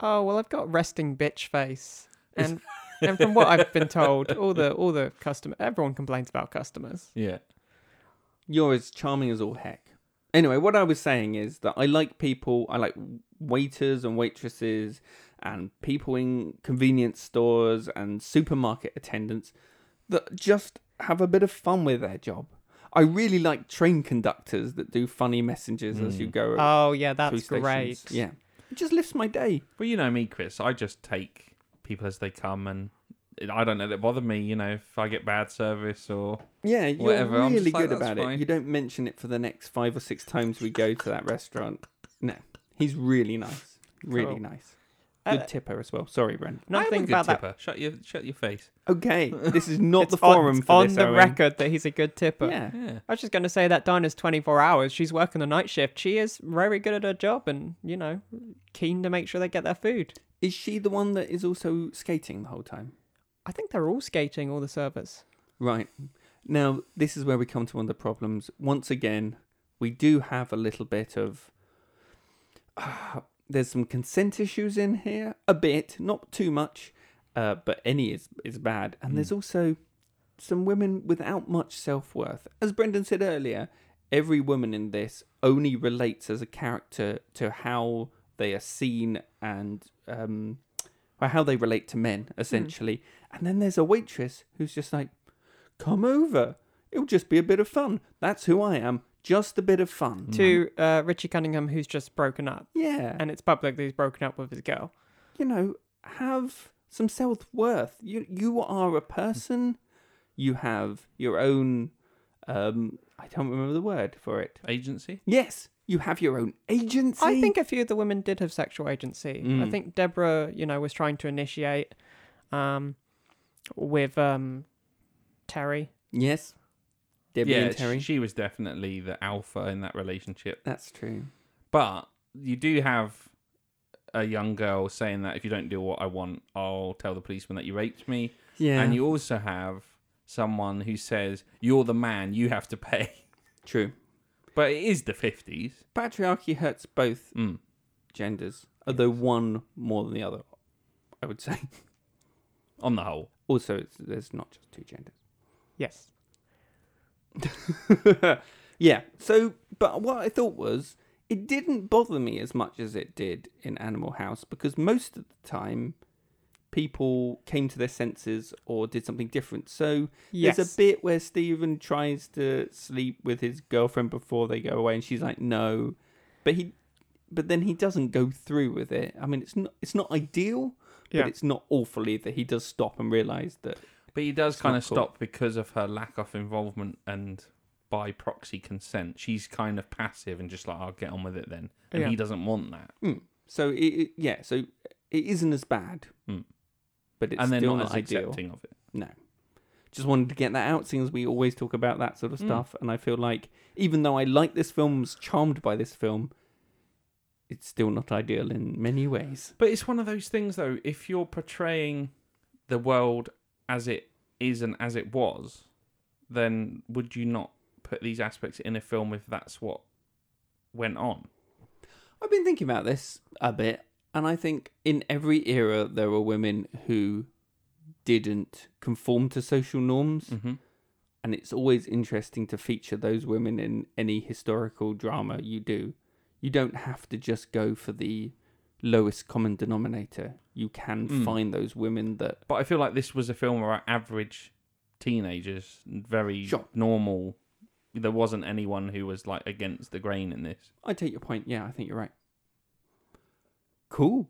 [SPEAKER 4] Oh well, I've got resting bitch face, and and from what I've been told, all the all the customer, everyone complains about customers.
[SPEAKER 2] Yeah.
[SPEAKER 1] You're as charming as all heck. Anyway, what I was saying is that I like people, I like waiters and waitresses and people in convenience stores and supermarket attendants that just have a bit of fun with their job. I really like train conductors that do funny messages as you go
[SPEAKER 4] Oh yeah,
[SPEAKER 1] through
[SPEAKER 4] that's
[SPEAKER 1] stations.
[SPEAKER 4] great.
[SPEAKER 1] Yeah. It just lifts my day.
[SPEAKER 2] Well, you know me, Chris. I just take people as they come, and it, I don't let it bother me. You know, if I get bad service or
[SPEAKER 1] Yeah, you're
[SPEAKER 2] Whatever, I'm
[SPEAKER 1] really
[SPEAKER 2] just like,
[SPEAKER 1] good
[SPEAKER 2] "That's
[SPEAKER 1] about it.
[SPEAKER 2] fine."
[SPEAKER 1] You don't mention it for the next five or six times we go to that restaurant. No, he's really nice. Really
[SPEAKER 4] Cool.
[SPEAKER 1] nice. Good
[SPEAKER 4] Uh,
[SPEAKER 1] tipper as well. Sorry, Brent.
[SPEAKER 2] I'm a
[SPEAKER 4] Nothing
[SPEAKER 2] good
[SPEAKER 4] about that.
[SPEAKER 2] tipper. Shut your shut your face.
[SPEAKER 1] Okay, this is not
[SPEAKER 4] It's
[SPEAKER 1] the forum
[SPEAKER 4] on,
[SPEAKER 1] for
[SPEAKER 4] on
[SPEAKER 1] this,
[SPEAKER 4] the
[SPEAKER 1] Owen.
[SPEAKER 4] record that he's a good tipper.
[SPEAKER 1] Yeah.
[SPEAKER 2] Yeah.
[SPEAKER 4] I was just going to say that Dinah's 24 hours. She's working the night shift. She is very good at her job and, you know, keen to make sure they get their food.
[SPEAKER 1] Is she the one that is also skating the whole time?
[SPEAKER 4] I think they're all skating, all the servers.
[SPEAKER 1] Right. Now, this is where we come to one of the problems. Once again, we do have a little bit of. there's some consent issues in here, a bit, not too much, uh, but any is, is bad. And there's also some women without much self worth. As Brendan said earlier, every woman in this only relates as a character to how they are seen and um, or how they relate to men, essentially. And then there's a waitress who's just like, come over. It'll just be a bit of fun. That's who I am. Just a bit of fun.
[SPEAKER 4] To uh, Richie Cunningham, who's just broken up.
[SPEAKER 1] Yeah.
[SPEAKER 4] And it's public that he's broken up with his girl.
[SPEAKER 1] you know, have some self worth. You you are a person. You have your own. Um, I don't remember the word for it.
[SPEAKER 2] Agency.
[SPEAKER 1] Yes, you have your own agency.
[SPEAKER 4] I think a few of the women did have sexual agency.
[SPEAKER 1] Mm.
[SPEAKER 4] I think Deborah, you know, was trying to initiate um, with um, Terry.
[SPEAKER 1] Yes, Debbie
[SPEAKER 2] yeah,
[SPEAKER 1] and Terry.
[SPEAKER 2] sh- she was definitely the alpha in that relationship.
[SPEAKER 1] That's true.
[SPEAKER 2] But you do have a young girl saying that if you don't do what I want, I'll tell the policeman that you raped me.
[SPEAKER 1] Yeah,
[SPEAKER 2] And you also have someone who says you're the man, you have to pay.
[SPEAKER 1] true.
[SPEAKER 2] But it is the fifties.
[SPEAKER 1] Patriarchy hurts both
[SPEAKER 2] Mm.
[SPEAKER 1] genders, although one more than the other. I would say.
[SPEAKER 2] On the whole,
[SPEAKER 1] Also, it's, there's not just two genders.
[SPEAKER 4] Yes.
[SPEAKER 1] yeah. So, but what I thought was, it didn't bother me as much as it did in Animal House because most of the time, people came to their senses or did something different. So there's
[SPEAKER 4] Yes.
[SPEAKER 1] a bit where Stephen tries to sleep with his girlfriend before they go away, and she's like, "No," but he, but then he doesn't go through with it. I mean, it's not it's not ideal.
[SPEAKER 4] Yeah.
[SPEAKER 1] But it's not awful either. He does stop and realize that
[SPEAKER 2] but he does kind
[SPEAKER 1] not
[SPEAKER 2] of
[SPEAKER 1] cool.
[SPEAKER 2] stop because of her lack of involvement and by proxy consent. She's kind of passive and just like, I'll get on with it then. And
[SPEAKER 4] Yeah.
[SPEAKER 2] he doesn't want that.
[SPEAKER 1] So it, it- yeah, so it isn't as bad,
[SPEAKER 2] Mm.
[SPEAKER 1] but it's
[SPEAKER 2] and they're
[SPEAKER 1] still
[SPEAKER 2] not,
[SPEAKER 1] Hmm. not,
[SPEAKER 2] as
[SPEAKER 1] ideal.
[SPEAKER 2] accepting of it.
[SPEAKER 1] No, just wanted to get that out, seeing as we always talk about that sort of stuff. And I feel like even though I like this film, was charmed by this film, it's still not ideal in many ways.
[SPEAKER 2] But it's one of those things, though. If you're portraying the world as it is and as it was, then would you not put these aspects in a film if that's what went on?
[SPEAKER 1] I've been thinking about this a bit, and I think in every era there were women who didn't conform to social norms.
[SPEAKER 2] Mm-hmm.
[SPEAKER 1] and it's always interesting to feature those women in any historical drama you do. You don't have to just go for the lowest common denominator. You can
[SPEAKER 2] Mm.
[SPEAKER 1] find those women that
[SPEAKER 2] But I feel like this was a film about average teenagers, very
[SPEAKER 1] Sure.
[SPEAKER 2] normal. There wasn't anyone who was like against the grain in this.
[SPEAKER 1] I take your point. Yeah, I think you're right. Cool.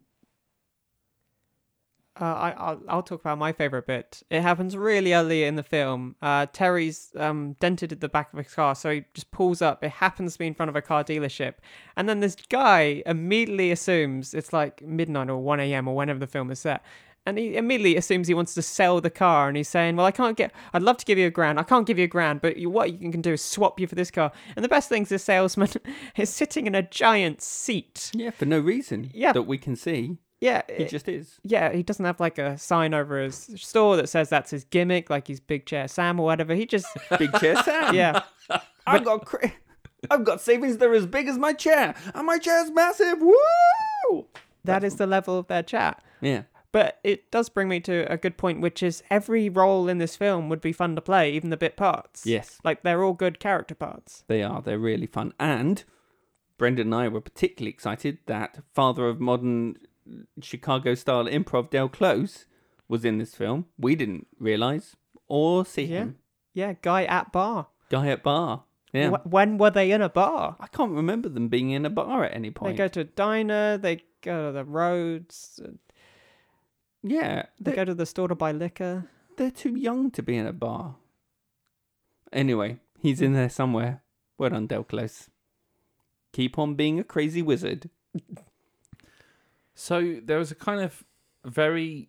[SPEAKER 4] Uh, I, I'll, I'll talk about my favorite bit. It happens really early in the film. Uh, Terry's um, dented at the back of his car, so he just pulls up. It happens to be in front of a car dealership. And then this guy immediately assumes it's like midnight or 1 a.m. or whenever the film is set. And he immediately assumes he wants to sell the car. And he's saying, Well, I can't get, I'd love to give you a grand. I can't give you a grand, but you, what you can do is swap you for this car. And the best thing is, this salesman is sitting in a giant seat.
[SPEAKER 1] Yeah, for no reason
[SPEAKER 4] Yeah.
[SPEAKER 1] that we can see.
[SPEAKER 4] Yeah.
[SPEAKER 1] It
[SPEAKER 4] it-
[SPEAKER 1] just is.
[SPEAKER 4] yeah, he doesn't have like a sign over his store that says that's his gimmick, like he's Big Chair Sam or whatever. He just,
[SPEAKER 1] Big chair Sam.
[SPEAKER 4] yeah,
[SPEAKER 1] I've got cra- I've got savings that are as big as my chair, and my chair's massive. Woo!
[SPEAKER 4] that is the level of their chat.
[SPEAKER 1] Yeah.
[SPEAKER 4] But it does bring me to a good point, which is every role in this film would be fun to play, even the bit parts.
[SPEAKER 1] Yes.
[SPEAKER 4] Like they're all good character parts.
[SPEAKER 1] They are. They're really fun. And Brendan and I were particularly excited that father of modern Chicago style improv, Del Close, was in this film. We didn't realise or see
[SPEAKER 4] Yeah.
[SPEAKER 1] him.
[SPEAKER 4] Yeah, guy at bar.
[SPEAKER 1] Guy at bar. Yeah.
[SPEAKER 4] Wh- when were they in a bar?
[SPEAKER 1] I can't remember them being in a bar at any point.
[SPEAKER 4] They go to a diner, they go to the roads,
[SPEAKER 1] yeah.
[SPEAKER 4] they
[SPEAKER 1] They're,
[SPEAKER 4] go to the store to buy liquor.
[SPEAKER 1] they're too young to be in a bar. Anyway, he's in there somewhere. Well done, Del Close. Keep on being a crazy wizard.
[SPEAKER 2] So there was a kind of very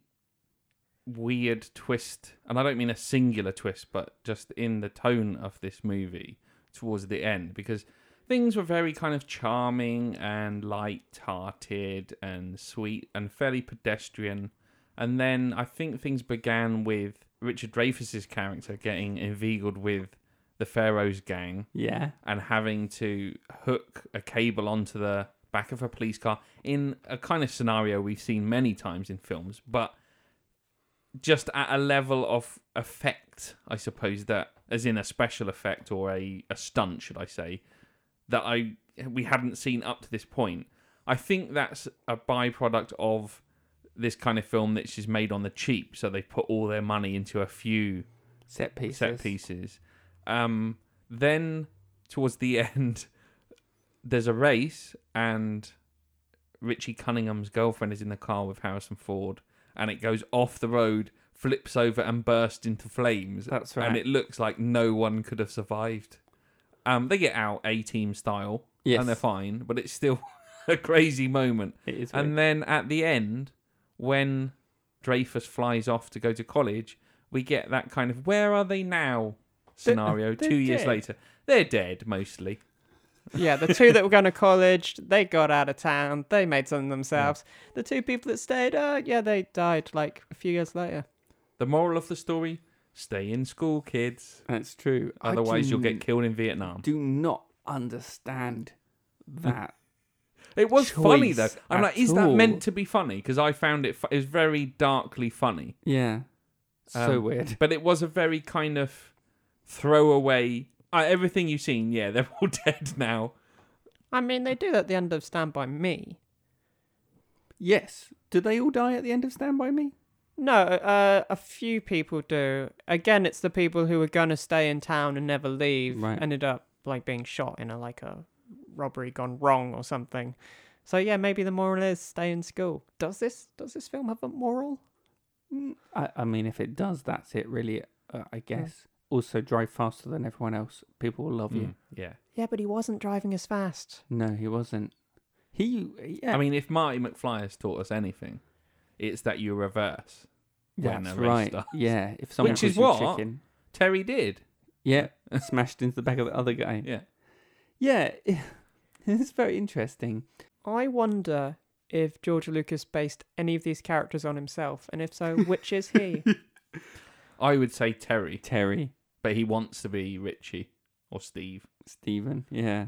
[SPEAKER 2] weird twist, and I don't mean a singular twist, but just in the tone of this movie towards the end, because things were very kind of charming and light-hearted and sweet and fairly pedestrian. And then I think things began with Richard Dreyfuss's character getting inveigled with the Pharaoh's gang
[SPEAKER 1] Yeah.
[SPEAKER 2] and having to hook a cable onto the back of a police car in a kind of scenario we've seen many times in films, but just at a level of effect, I suppose that as in a special effect or a, a stunt, should I say, that I we hadn't seen up to this point. I think that's a byproduct of this kind of film that's just made on the cheap, so they put all their money into a few
[SPEAKER 1] Set pieces.
[SPEAKER 2] set pieces. Um, then towards the end, there's a race, and Richie Cunningham's girlfriend is in the car with Harrison Ford, and it goes off the road, flips over, and bursts into flames.
[SPEAKER 1] That's
[SPEAKER 2] And
[SPEAKER 1] right.
[SPEAKER 2] it looks like no one could have survived. Um, they get out A team style,
[SPEAKER 1] Yes.
[SPEAKER 2] and they're fine, but it's still a crazy moment.
[SPEAKER 1] It is. weird.
[SPEAKER 2] And then at the end, when Dreyfus flies off to go to college, we get that kind of where are they now scenario
[SPEAKER 1] they're
[SPEAKER 2] two years
[SPEAKER 1] dead.
[SPEAKER 2] later. They're dead mostly.
[SPEAKER 4] Yeah, the two that were going to college, they got out of town. They made some themselves. The two people that stayed, uh, yeah, they died like a few years later.
[SPEAKER 2] The moral of the story stay in school, kids.
[SPEAKER 1] That's true. I
[SPEAKER 2] Otherwise, you'll
[SPEAKER 1] do
[SPEAKER 2] get killed in Vietnam.
[SPEAKER 1] do not understand that.
[SPEAKER 2] It was funny though.
[SPEAKER 1] choice
[SPEAKER 2] I'm like,
[SPEAKER 1] at
[SPEAKER 2] is that
[SPEAKER 1] all.
[SPEAKER 2] meant to be funny? Because I found it, fu- it was very darkly funny.
[SPEAKER 1] yeah. so
[SPEAKER 2] Um,
[SPEAKER 1] weird.
[SPEAKER 2] But it was a very kind of throwaway. Uh, everything you've seen, yeah, they're all dead now.
[SPEAKER 4] I mean, they do that at the end of Stand By Me.
[SPEAKER 1] Yes. Do they all die at the end of Stand By Me?
[SPEAKER 4] No, uh, a few people do. Again, it's the people who were going to stay in town and never leave
[SPEAKER 1] Right.
[SPEAKER 4] ended up like being shot in a like a robbery gone wrong or something. So yeah, maybe the moral is stay in school. Does this does this film have a moral?
[SPEAKER 1] I, I mean, if it does, that's it, really, uh, I guess. also drive faster than everyone else, people will love you.
[SPEAKER 2] Mm, Yeah.
[SPEAKER 4] Yeah, but he wasn't driving as fast.
[SPEAKER 1] No, he wasn't. He, yeah,
[SPEAKER 2] I mean, if Marty McFly has taught us anything, it's that you reverse. when
[SPEAKER 1] that's
[SPEAKER 2] a race
[SPEAKER 1] right.
[SPEAKER 2] starts.
[SPEAKER 1] Yeah, if someone
[SPEAKER 2] Which is
[SPEAKER 1] gives you
[SPEAKER 2] what-
[SPEAKER 1] chicken,
[SPEAKER 2] Terry did.
[SPEAKER 1] yeah, smashed into the back of the other guy.
[SPEAKER 2] Yeah.
[SPEAKER 1] Yeah, it's very interesting.
[SPEAKER 4] I wonder if George Lucas based any of these characters on himself, and if so, which is he?
[SPEAKER 2] I would say Terry,
[SPEAKER 1] Terry,
[SPEAKER 2] but he wants to be Richie or Steve.
[SPEAKER 1] Stephen, yeah.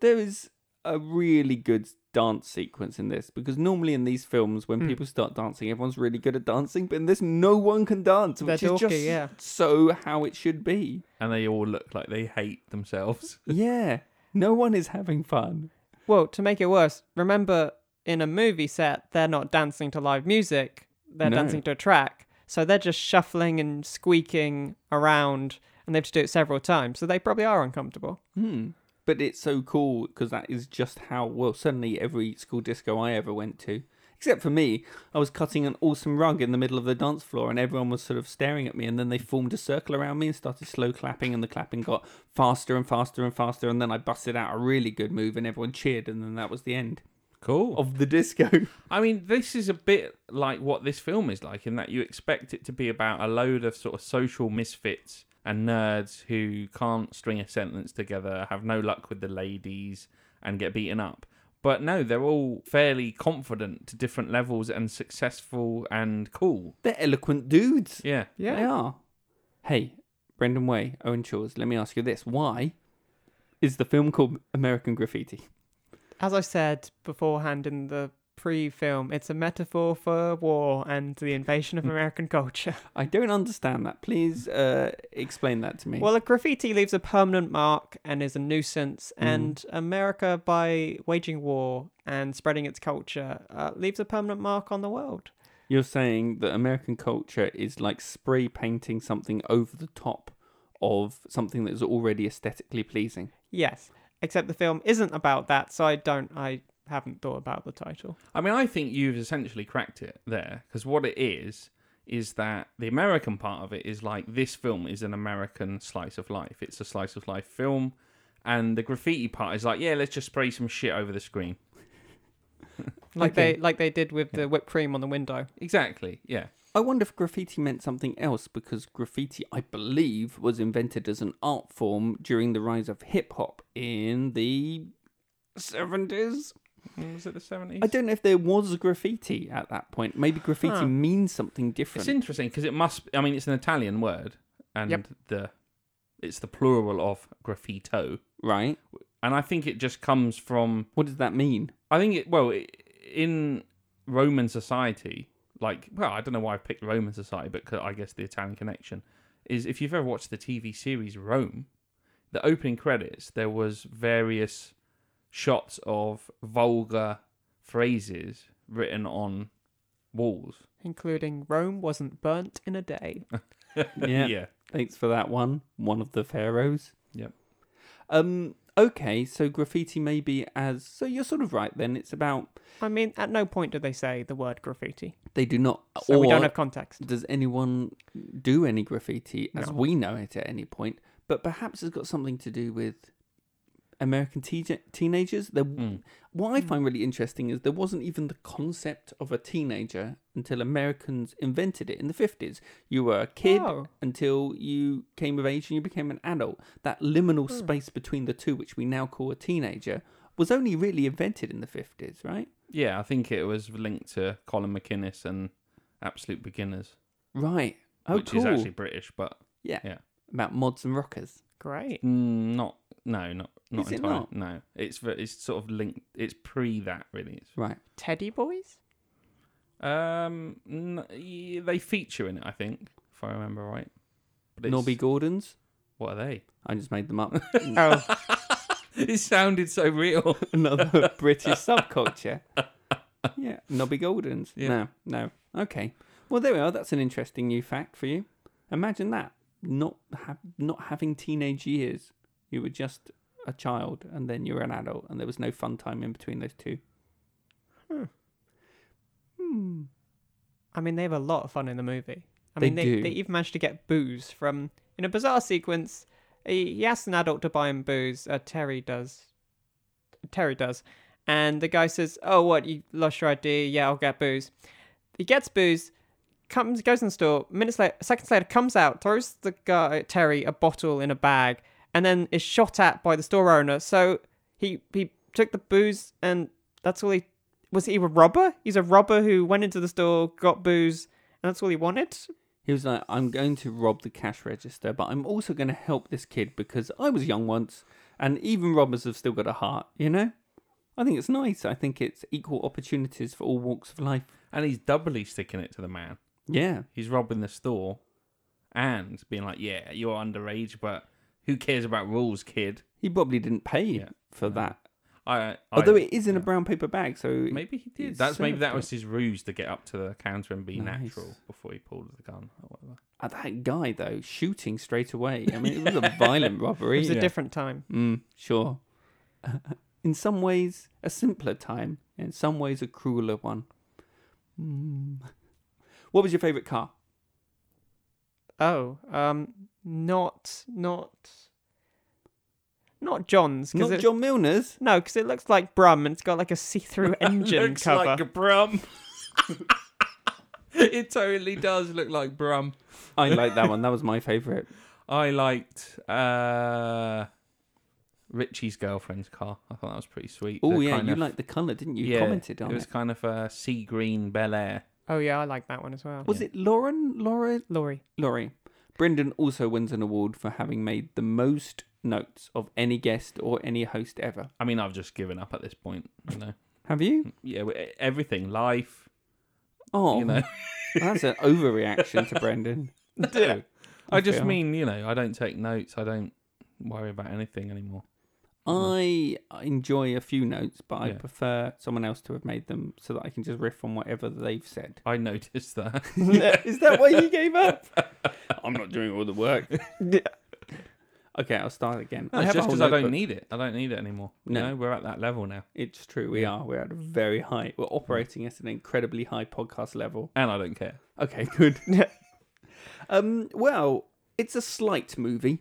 [SPEAKER 1] There is a really good dance sequence in this because normally in these films,
[SPEAKER 4] Hmm.
[SPEAKER 1] when people start dancing, everyone's really good at dancing, but in this, no one can dance,
[SPEAKER 4] They're
[SPEAKER 1] which is
[SPEAKER 4] dorky,
[SPEAKER 1] just
[SPEAKER 4] yeah.
[SPEAKER 1] so how it should be.
[SPEAKER 2] And they all look like they hate themselves.
[SPEAKER 1] yeah, no one is having fun.
[SPEAKER 4] well, to make it worse, remember in a movie set, they're not dancing to live music, they're
[SPEAKER 1] No.
[SPEAKER 4] dancing to a track. So they're just shuffling and squeaking around, and they have to do it several times. So they probably are uncomfortable.
[SPEAKER 1] Hmm. But it's so cool because that is just how well suddenly every school disco I ever went to, except for me, I was cutting an awesome rug in the middle of the dance floor, and everyone was sort of staring at me, and then they formed a circle around me and started slow clapping, and the clapping got faster and faster and faster, and then I busted out a really good move, and everyone cheered, and then that was the end
[SPEAKER 2] Cool.
[SPEAKER 1] of the disco.
[SPEAKER 2] I mean, this is a bit like what this film is like in that you expect it to be about a load of sort of social misfits and nerds who can't string a sentence together, have no luck with the ladies, and get beaten up. But no, they're all fairly confident to different levels and successful and cool.
[SPEAKER 1] They're eloquent dudes.
[SPEAKER 2] Yeah.
[SPEAKER 1] They are. Hey, Brendan Way, Owen Shaw's. Let me ask you this: Why is the film called American Graffiti?
[SPEAKER 4] As I said beforehand in the pre film, it's a metaphor for war and the invasion of American culture.
[SPEAKER 1] I don't understand that. Please uh, explain that to me.
[SPEAKER 4] Well, a graffiti leaves a permanent mark and is a nuisance, and America, by waging war and spreading its culture, uh, leaves a permanent mark on the world.
[SPEAKER 1] you're saying that American culture is like spray painting something over the top of something that is already aesthetically pleasing.
[SPEAKER 4] Yes, except the film isn't about that, so I don't. I haven't thought about the title.
[SPEAKER 2] I mean, I think you've essentially cracked it there because what it is is that the American part of it is like this film is an American slice of life. It's a slice of life film, and the graffiti part is like, yeah, let's just spray some shit over the screen.
[SPEAKER 4] Like they like they did with the whipped cream on the window.
[SPEAKER 2] Exactly. Yeah.
[SPEAKER 1] I wonder if graffiti meant something else because graffiti, I believe, was invented as an art form during the rise of hip hop in the 70s.
[SPEAKER 2] Mm, Was it the seventies?
[SPEAKER 1] I don't know if there was graffiti at that point. Maybe graffiti
[SPEAKER 4] Huh.
[SPEAKER 1] means something different.
[SPEAKER 2] It's interesting because it must. I mean, it's an Italian word, and
[SPEAKER 4] Yep.
[SPEAKER 2] the it's the plural of graffito,
[SPEAKER 1] right?
[SPEAKER 2] and I think it just comes from
[SPEAKER 1] What does that mean?
[SPEAKER 2] I think it well i in Roman society, like well, I don't know why I picked Roman society, but 'cause I guess the Italian connection is if you've ever watched the TV series Rome, the opening credits there was various shots of vulgar phrases written on walls.
[SPEAKER 4] Including Rome wasn't burnt in a day.
[SPEAKER 1] Yeah.
[SPEAKER 2] yeah.
[SPEAKER 1] Thanks for that one. One of the pharaohs.
[SPEAKER 2] Yep.
[SPEAKER 1] Um. Okay. So graffiti maybe as so you're sort of right. Then it's about
[SPEAKER 4] I mean, at no point do they say the word graffiti,
[SPEAKER 1] they do not.
[SPEAKER 4] so
[SPEAKER 1] Uh, or
[SPEAKER 4] we don't have context.
[SPEAKER 1] does anyone do any graffiti as
[SPEAKER 4] No.
[SPEAKER 1] we know it at any point? But perhaps it's got something to do with American te- teenagers. There,
[SPEAKER 2] Hmm.
[SPEAKER 1] What I find really interesting is there wasn't even the concept of a teenager until Americans invented it in the 50s. You were a kid
[SPEAKER 4] Oh.
[SPEAKER 1] until you came of age and you became an adult. That liminal space between the two, which we now call a teenager, was only really invented in the 50s, right?
[SPEAKER 2] Yeah, I think it was linked to Colin McInnes and Absolute Beginners,
[SPEAKER 1] Right. Oh,
[SPEAKER 2] which
[SPEAKER 1] cool.
[SPEAKER 2] is actually British, but
[SPEAKER 1] yeah.
[SPEAKER 2] yeah.
[SPEAKER 1] About mods and rockers.
[SPEAKER 4] Great.
[SPEAKER 2] Mm, not no, not not
[SPEAKER 1] Is it
[SPEAKER 2] entirely.
[SPEAKER 1] not?
[SPEAKER 2] No, it's ve- it's sort of linked. It's pre that really. It's,
[SPEAKER 1] Right.
[SPEAKER 4] Teddy boys.
[SPEAKER 2] um, n- y- they feature in it, I think, if I remember right. But it's-
[SPEAKER 1] Norby Gordons.
[SPEAKER 2] what are they?
[SPEAKER 1] I just made them up.
[SPEAKER 4] Oh,
[SPEAKER 2] It sounded so real.
[SPEAKER 1] Another British subculture. Yeah, Nobby Goldens.
[SPEAKER 2] Yeah.
[SPEAKER 1] No, no. Okay. Well, there we are. That's an interesting new fact for you. Imagine that. Not ha- not having teenage years. You were just a child and then you were an adult and there was no fun time in between those two. Hmm.
[SPEAKER 4] I mean, they have a lot of fun in the movie. I
[SPEAKER 1] They
[SPEAKER 4] mean, they,
[SPEAKER 1] do.
[SPEAKER 4] they even managed to get booze from. In a bizarre sequence, he, he asks an adult to buy him booze. Uh, Terry does. Terry does. And the guy says, Oh, what? You lost your ID? Yeah, I'll get booze. He gets booze, comes, goes in the store. Minutes later, seconds later, comes out, throws the guy, Terry, a bottle in a bag, and then is shot at by the store owner. So he, he took the booze, and that's all he was. He a robber? He's a robber who went into the store, got booze, and that's all he wanted?
[SPEAKER 1] He was like, I'm going to rob the cash register, but I'm also going to help this kid because I was young once, and even robbers have still got a heart, you know? I think it's nice. I think it's equal opportunities for all walks of life.
[SPEAKER 2] And he's doubly sticking it to the man.
[SPEAKER 1] Yeah.
[SPEAKER 2] He's robbing the store and being like, yeah, you're underage, but who cares about rules, kid?
[SPEAKER 1] He probably didn't pay for that.
[SPEAKER 2] I, I
[SPEAKER 1] Although it is in a brown paper bag, so.
[SPEAKER 2] Maybe he did.
[SPEAKER 1] it's
[SPEAKER 2] That's maybe that
[SPEAKER 1] served
[SPEAKER 2] was
[SPEAKER 1] it.
[SPEAKER 2] his ruse to get up to the counter and be
[SPEAKER 1] Nice.
[SPEAKER 2] natural before he pulled the gun or whatever.
[SPEAKER 1] Uh, That guy, though, shooting straight away. I mean, it was a violent robbery.
[SPEAKER 4] It was a different time.
[SPEAKER 1] Mm, sure. in some ways, a simpler time. In some ways, a crueler one. Mm. What was your favourite car?
[SPEAKER 4] Oh, um, not not not John's because
[SPEAKER 1] Not
[SPEAKER 4] it
[SPEAKER 1] John Milner's.
[SPEAKER 4] no because it looks like Brum and it's got like a see-through engine
[SPEAKER 2] Looks
[SPEAKER 4] cover.
[SPEAKER 2] like a brum. Uh-huh. it totally does look like brum.
[SPEAKER 1] I like that one. That was my favourite.
[SPEAKER 2] I liked uh, Richie's girlfriend's car. I thought that was pretty sweet.
[SPEAKER 1] Oh
[SPEAKER 2] The
[SPEAKER 1] yeah,
[SPEAKER 2] kind
[SPEAKER 1] you
[SPEAKER 2] of-
[SPEAKER 1] liked the colour, didn't you?
[SPEAKER 2] yeah,
[SPEAKER 1] Commented on
[SPEAKER 2] it
[SPEAKER 1] it.
[SPEAKER 2] was kind of a sea green Bel Air.
[SPEAKER 4] Oh yeah, I like that one as well.
[SPEAKER 1] Was it Lauren? Laura?
[SPEAKER 4] Laurie?
[SPEAKER 1] Laurie. Brendan also wins an award for having made the most notes of any guest or any host ever.
[SPEAKER 2] I mean, I've just given up at this point. You know,
[SPEAKER 1] Have you?
[SPEAKER 2] yeah, w- everything, life.
[SPEAKER 1] Oh,
[SPEAKER 2] Hmm. You know,
[SPEAKER 1] that's an overreaction to Brendan.
[SPEAKER 2] No. I just
[SPEAKER 1] feel.
[SPEAKER 2] mean, you know, I don't take notes. I don't worry about anything anymore.
[SPEAKER 1] I enjoy a few notes, but I
[SPEAKER 2] Yeah.
[SPEAKER 1] prefer someone else to have made them so that I can just riff on whatever they've said.
[SPEAKER 2] I noticed that.
[SPEAKER 1] Is that why you gave up? I'm not doing all the work. okay, I'll start again.
[SPEAKER 2] No,
[SPEAKER 1] I
[SPEAKER 2] it's
[SPEAKER 1] have a
[SPEAKER 2] just
[SPEAKER 1] whole
[SPEAKER 2] because I don't
[SPEAKER 1] notebook.
[SPEAKER 2] need it. I don't need it anymore. No,
[SPEAKER 1] No.
[SPEAKER 2] we're at that level now,
[SPEAKER 1] It's true. We are. We're at a very high. We're operating at an incredibly high podcast level.
[SPEAKER 2] and I don't care.
[SPEAKER 1] Okay, good. um, well, it's a slight movie.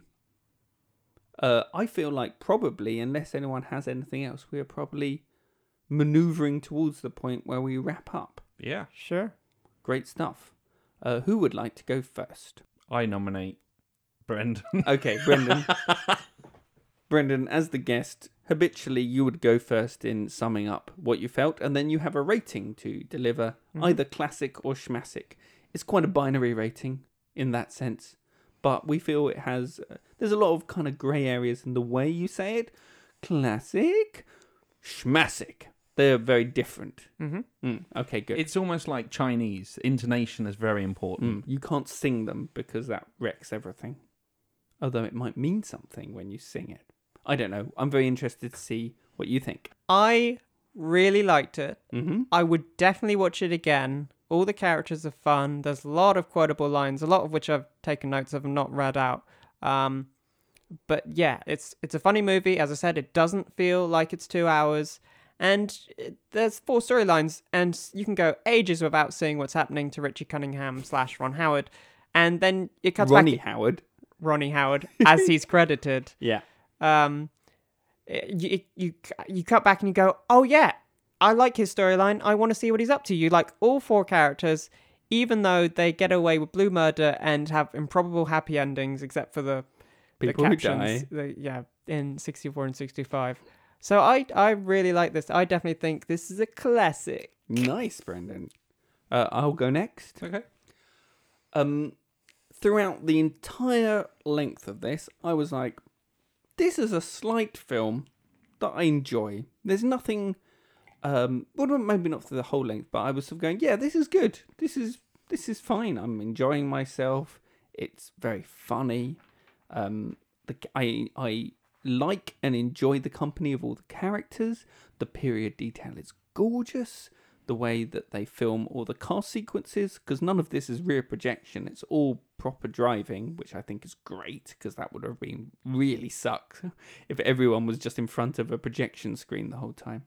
[SPEAKER 1] Uh, I feel like probably, unless anyone has anything else, we are probably manoeuvring towards the point where we wrap up.
[SPEAKER 2] Yeah,
[SPEAKER 4] Sure.
[SPEAKER 1] Great stuff. Uh, who would like to go first?
[SPEAKER 2] I nominate Brendan.
[SPEAKER 1] Okay, Brendan. Brendan, as the guest, habitually you would go first in summing up what you felt, and then you have a rating to deliver, either classic or schmassic. It's quite a binary rating in that sense, but we feel it has. uh, there's a lot of kind of grey areas in the way you say it. Classic, schmassic. They're very different.
[SPEAKER 4] Mhm.
[SPEAKER 1] Mm, okay, good.
[SPEAKER 2] it's almost like Chinese. Intonation is very important.
[SPEAKER 1] Mm. You can't sing them because that wrecks everything. Although it might mean something when you sing it. I don't know. I'm very interested to see what you think.
[SPEAKER 4] I really liked it.
[SPEAKER 1] hmm
[SPEAKER 4] I would definitely watch it again. All the characters are fun. There's a lot of quotable lines, a lot of which I've taken notes of and not read out. Um, but yeah, it's it's a funny movie. As I said, it doesn't feel like it's two hours, and it, there's four storylines, and you can go ages without seeing what's happening to Richie Cunningham slash Ron Howard, and then it cuts
[SPEAKER 1] Ronnie
[SPEAKER 4] back
[SPEAKER 1] Howard.
[SPEAKER 4] Ronnie Howard as he's credited
[SPEAKER 1] Yeah.
[SPEAKER 4] um, you, you you cut back and you go, oh yeah, I like his storyline. I want to see what he's up to. You like all four characters, even though they get away with blue murder and have improbable happy endings, except for the
[SPEAKER 1] People
[SPEAKER 4] the
[SPEAKER 1] who
[SPEAKER 4] captions.
[SPEAKER 1] die.
[SPEAKER 4] the- yeah, in sixty four and sixty five. So I I really like this. I definitely think this is a classic.
[SPEAKER 1] Nice, Brendan. Uh, I'll go next.
[SPEAKER 2] Okay.
[SPEAKER 1] um, throughout the entire length of this, I was like, this is a slight film that I enjoy. There's nothing, um, well, not- maybe not for the whole length, but I was sort of going, yeah, this is good. This is this is fine. I'm enjoying myself. It's very funny. Um, the, I I like and enjoy the company of all the characters. The period detail is gorgeous. The way that they film all the car sequences, because none of this is rear projection. It's all proper driving, which I think is great, because that would have been really sucked if everyone was just in front of a projection screen the whole time.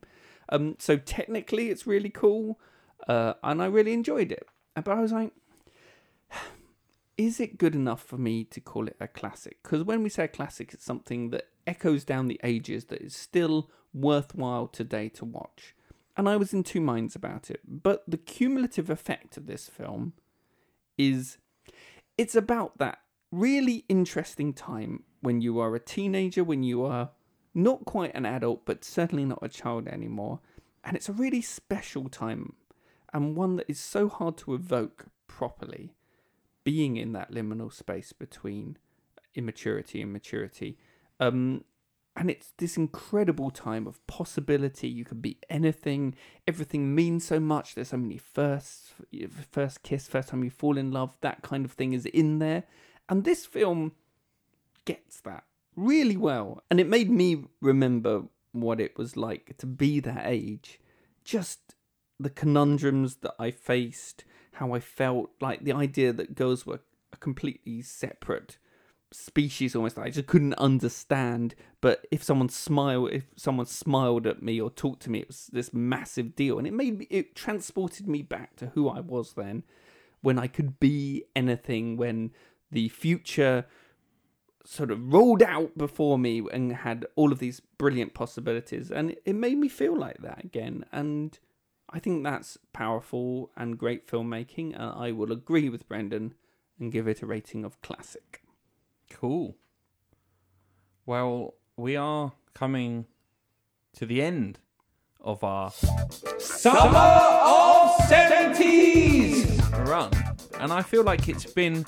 [SPEAKER 1] Um, so technically, it's really cool, uh, and I really enjoyed it. But I was like, is it good enough for me to call it a classic? Because when we say a classic, it's something that echoes down the ages that is still worthwhile today to watch. And I was in two minds about it, but the cumulative effect of this film is it's about that really interesting time when you are a teenager, when you are not quite an adult, but certainly not a child anymore. And it's a really special time and one that is so hard to evoke properly being in that liminal space between immaturity and maturity. Um, and it's this incredible time of possibility. You can be anything. Everything means so much. There's so many firsts, first kiss, first time you fall in love. That kind of thing is in there, and this film gets that really well. And it made me remember what it was like to be that age. Just the conundrums that I faced, how I felt, like the idea that girls were a completely separate species almost that I just couldn't understand. But if someone smiled, if someone smiled at me or talked to me, it was this massive deal, and it made me, it transported me back to who I was then, when I could be anything, when the future sort of rolled out before me and had all of these brilliant possibilities, and it- it made me feel like that again, and. I think that's powerful and great filmmaking, and I will agree with Brendan and give it a rating of classic.
[SPEAKER 2] Cool. Well, we are coming to the end of our Summer of 70s run. And I feel like it's been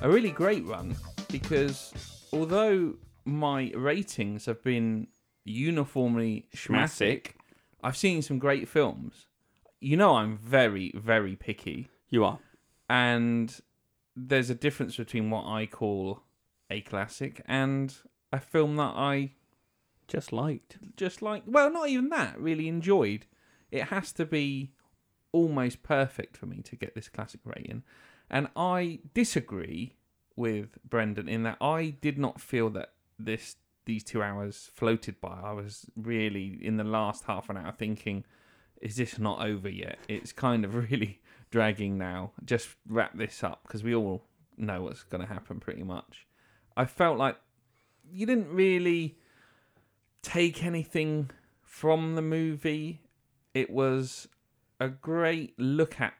[SPEAKER 2] a really great run because although my ratings have been uniformly schmassic, I've seen some great films. You know, I'm very, very picky
[SPEAKER 1] You are.
[SPEAKER 2] and there's a difference between what I call a classic and a film that I
[SPEAKER 1] Just liked.
[SPEAKER 2] just like. Well, not even that. Really enjoyed. It has to be almost perfect for me to get this classic rating, and I disagree with Brendan in that I did not feel that this these two hours floated by. I was really in the last half an hour thinking, is this not over yet? It's kind of really dragging now. Just wrap this up because we all know what's going to happen pretty much. I felt like you didn't really take anything from the movie. It was a great look at.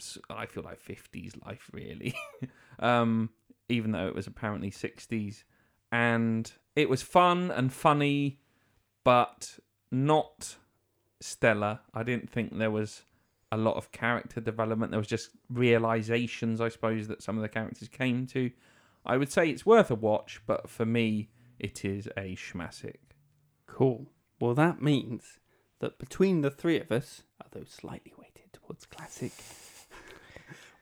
[SPEAKER 2] s- I feel like 50s life, really. um, even though it was apparently 60s. And it was fun and funny, but not stellar. I didn't think there was a lot of character development. There was just realizations, I suppose, that some of the characters came to. I would say it's worth a watch, but for me, it is a schmassic.
[SPEAKER 1] Cool. Well, that means that between the three of us, although slightly weighted towards classic,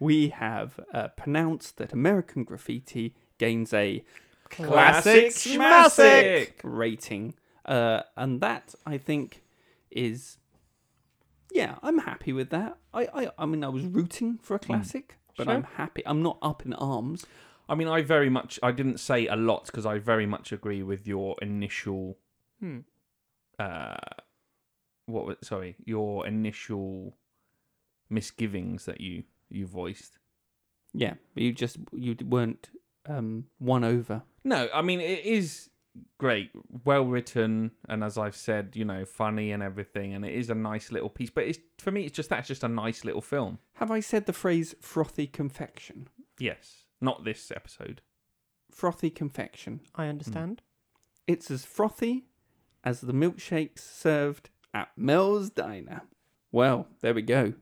[SPEAKER 1] we have uh, pronounced that American Graffiti gains a
[SPEAKER 2] Classic schmassic!
[SPEAKER 1] rating. Uh, and that, I think, is. Yeah, I'm happy with that. I, I, I mean, I was rooting for a classic, but
[SPEAKER 2] Sure.
[SPEAKER 1] I'm happy. I'm not up in arms.
[SPEAKER 2] I mean, I very much, I didn't say a lot because I very much agree with your initial,
[SPEAKER 4] Hmm.
[SPEAKER 2] uh, what was, sorry, your initial misgivings that you, you voiced.
[SPEAKER 1] Yeah, you just you weren't um, won over.
[SPEAKER 2] No, I mean it is great, well written, and as I've said, you know, funny and everything, and it is a nice little piece. But it's for me, it's just that's just a nice little film.
[SPEAKER 1] Have I said the phrase frothy confection?
[SPEAKER 2] Yes, not this episode.
[SPEAKER 1] Frothy confection.
[SPEAKER 4] I understand.
[SPEAKER 1] It's as frothy as the milkshakes served at Mel's Diner. Well, there we go.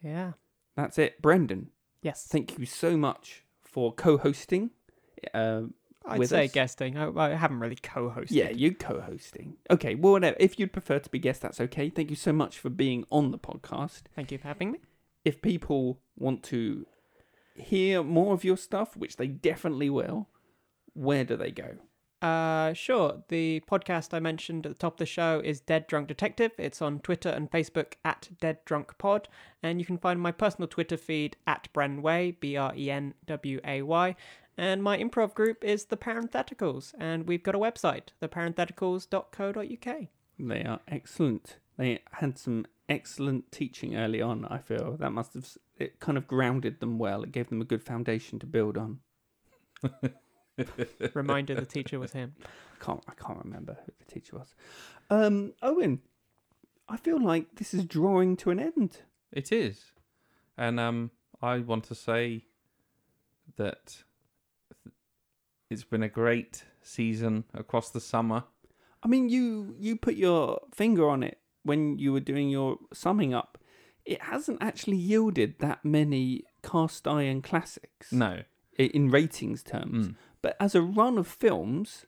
[SPEAKER 4] Yeah.
[SPEAKER 1] That's it. Brendan,
[SPEAKER 4] Hmm. Yes.
[SPEAKER 1] thank you so much for co hosting. Uh,
[SPEAKER 4] I'd
[SPEAKER 1] with
[SPEAKER 4] say
[SPEAKER 1] us.
[SPEAKER 4] guesting. I, I haven't really co-hosted.
[SPEAKER 1] Yeah, you co hosting. Okay, well, whatever. If you'd prefer to be guest, that's okay. Thank you so much for being on the podcast.
[SPEAKER 4] Thank you for having me.
[SPEAKER 1] if people want to hear more of your stuff, which they definitely will, where do they go?
[SPEAKER 4] Uh, sure. The podcast I mentioned at the top of the show is Dead Drunk Detective. It's on Twitter and Facebook at Dead Drunk Pod, and you can find my personal Twitter feed at Brenway B R E N W A Y. And my improv group is The Parentheticals, and we've got a website, theparentheticals.co.uk.
[SPEAKER 1] They are excellent. They had some excellent teaching early on. I feel that must have s- it kind of grounded them well. It gave them a good foundation to build on.
[SPEAKER 4] Reminder the teacher was him.
[SPEAKER 1] I can't I can't remember who the teacher was. Um, Owen, I feel like this is drawing to an end.
[SPEAKER 2] It is. And um, I want to say that it's been a great season across the summer.
[SPEAKER 1] I mean, you you put your finger on it when you were doing your summing up. It hasn't actually yielded that many cast iron classics
[SPEAKER 2] No.
[SPEAKER 1] i- in ratings terms, but as a run of films,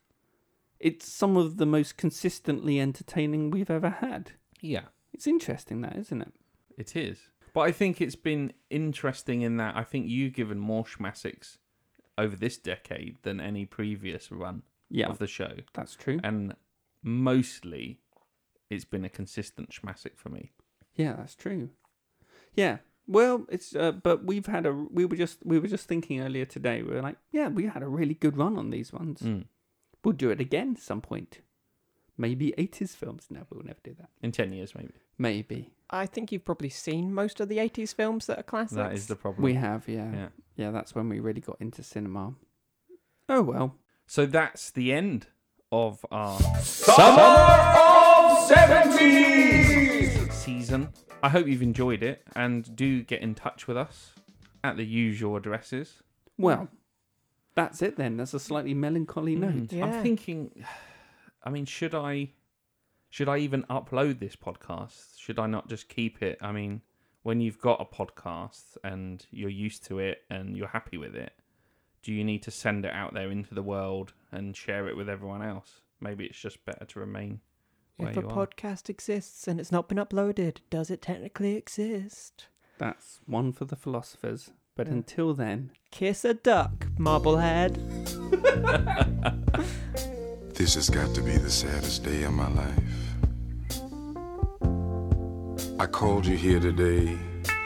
[SPEAKER 1] it's some of the most consistently entertaining we've ever had.
[SPEAKER 2] Yeah.
[SPEAKER 1] It's interesting, that isn't it?
[SPEAKER 2] It is. But I think it's been interesting in that I think you've given more schmasics over this decade than any previous run
[SPEAKER 1] Yeah,
[SPEAKER 2] of the show.
[SPEAKER 1] that's true.
[SPEAKER 2] And mostly it's been a consistent schmasic for me.
[SPEAKER 1] Yeah, that's true. Yeah. Well, it's uh, but we've had a we were just we were just thinking earlier today. We were like, yeah, we had a really good run on these ones.
[SPEAKER 2] Mm.
[SPEAKER 1] We'll do it again at some point. Maybe eighties films. No, we'll never do that.
[SPEAKER 2] In 10 years, maybe.
[SPEAKER 1] Maybe
[SPEAKER 4] I think you've probably seen most of the 80s films that are classics.
[SPEAKER 2] that is the problem.
[SPEAKER 1] we have. Yeah.
[SPEAKER 2] Hmm. Yeah.
[SPEAKER 1] Yeah, That's when we really got into cinema. Oh well.
[SPEAKER 2] So that's the end of our Summer of 70s season. I hope you've enjoyed it and do get in touch with us at the usual addresses.
[SPEAKER 1] Well, that's it then. That's a slightly melancholy
[SPEAKER 2] Hmm.
[SPEAKER 1] note.
[SPEAKER 4] Yeah.
[SPEAKER 2] Mm-hmm. I'm thinking. I mean, should I? Should I even upload this podcast? Should I not just keep it? I mean, when you've got a podcast and you're used to it and you're happy with it, do you need to send it out there into the world and share it with everyone else? Maybe it's just better to remain where
[SPEAKER 4] If a
[SPEAKER 2] you are.
[SPEAKER 4] podcast exists and it's not been uploaded, does it technically exist?
[SPEAKER 1] That's one for the philosophers. But until then,
[SPEAKER 4] Kiss a duck, Marblehead.
[SPEAKER 8] This has got to be the saddest day of my life. I called you here today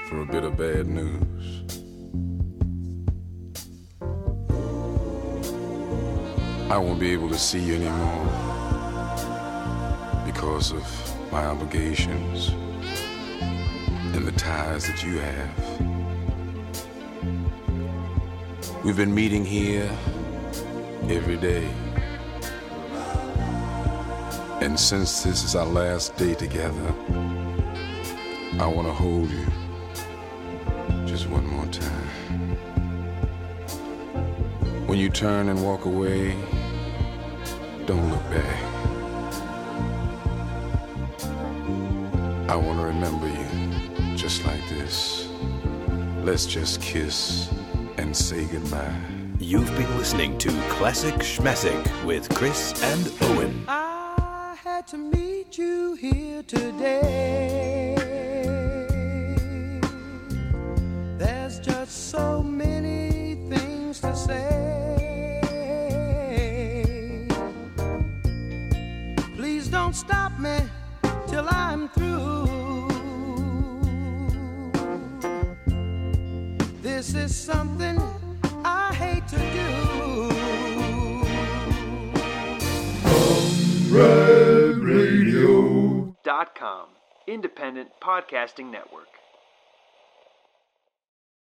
[SPEAKER 8] for a bit of bad news. I won't be able to see you anymore because of my obligations and the ties that you have. We've been meeting here every day. And since this is our last day together, I want to hold you just one more time. When you turn and walk away, don't look back. I want to remember you just like this. Let's just kiss and say goodbye.
[SPEAKER 3] You've been listening to Classic Schmessic with Chris and Owen.
[SPEAKER 5] I had to meet you here today. There's just so many things to say. Please don't stop me till I'm through. This is something I hate to do.
[SPEAKER 9] dot com, independent podcasting network.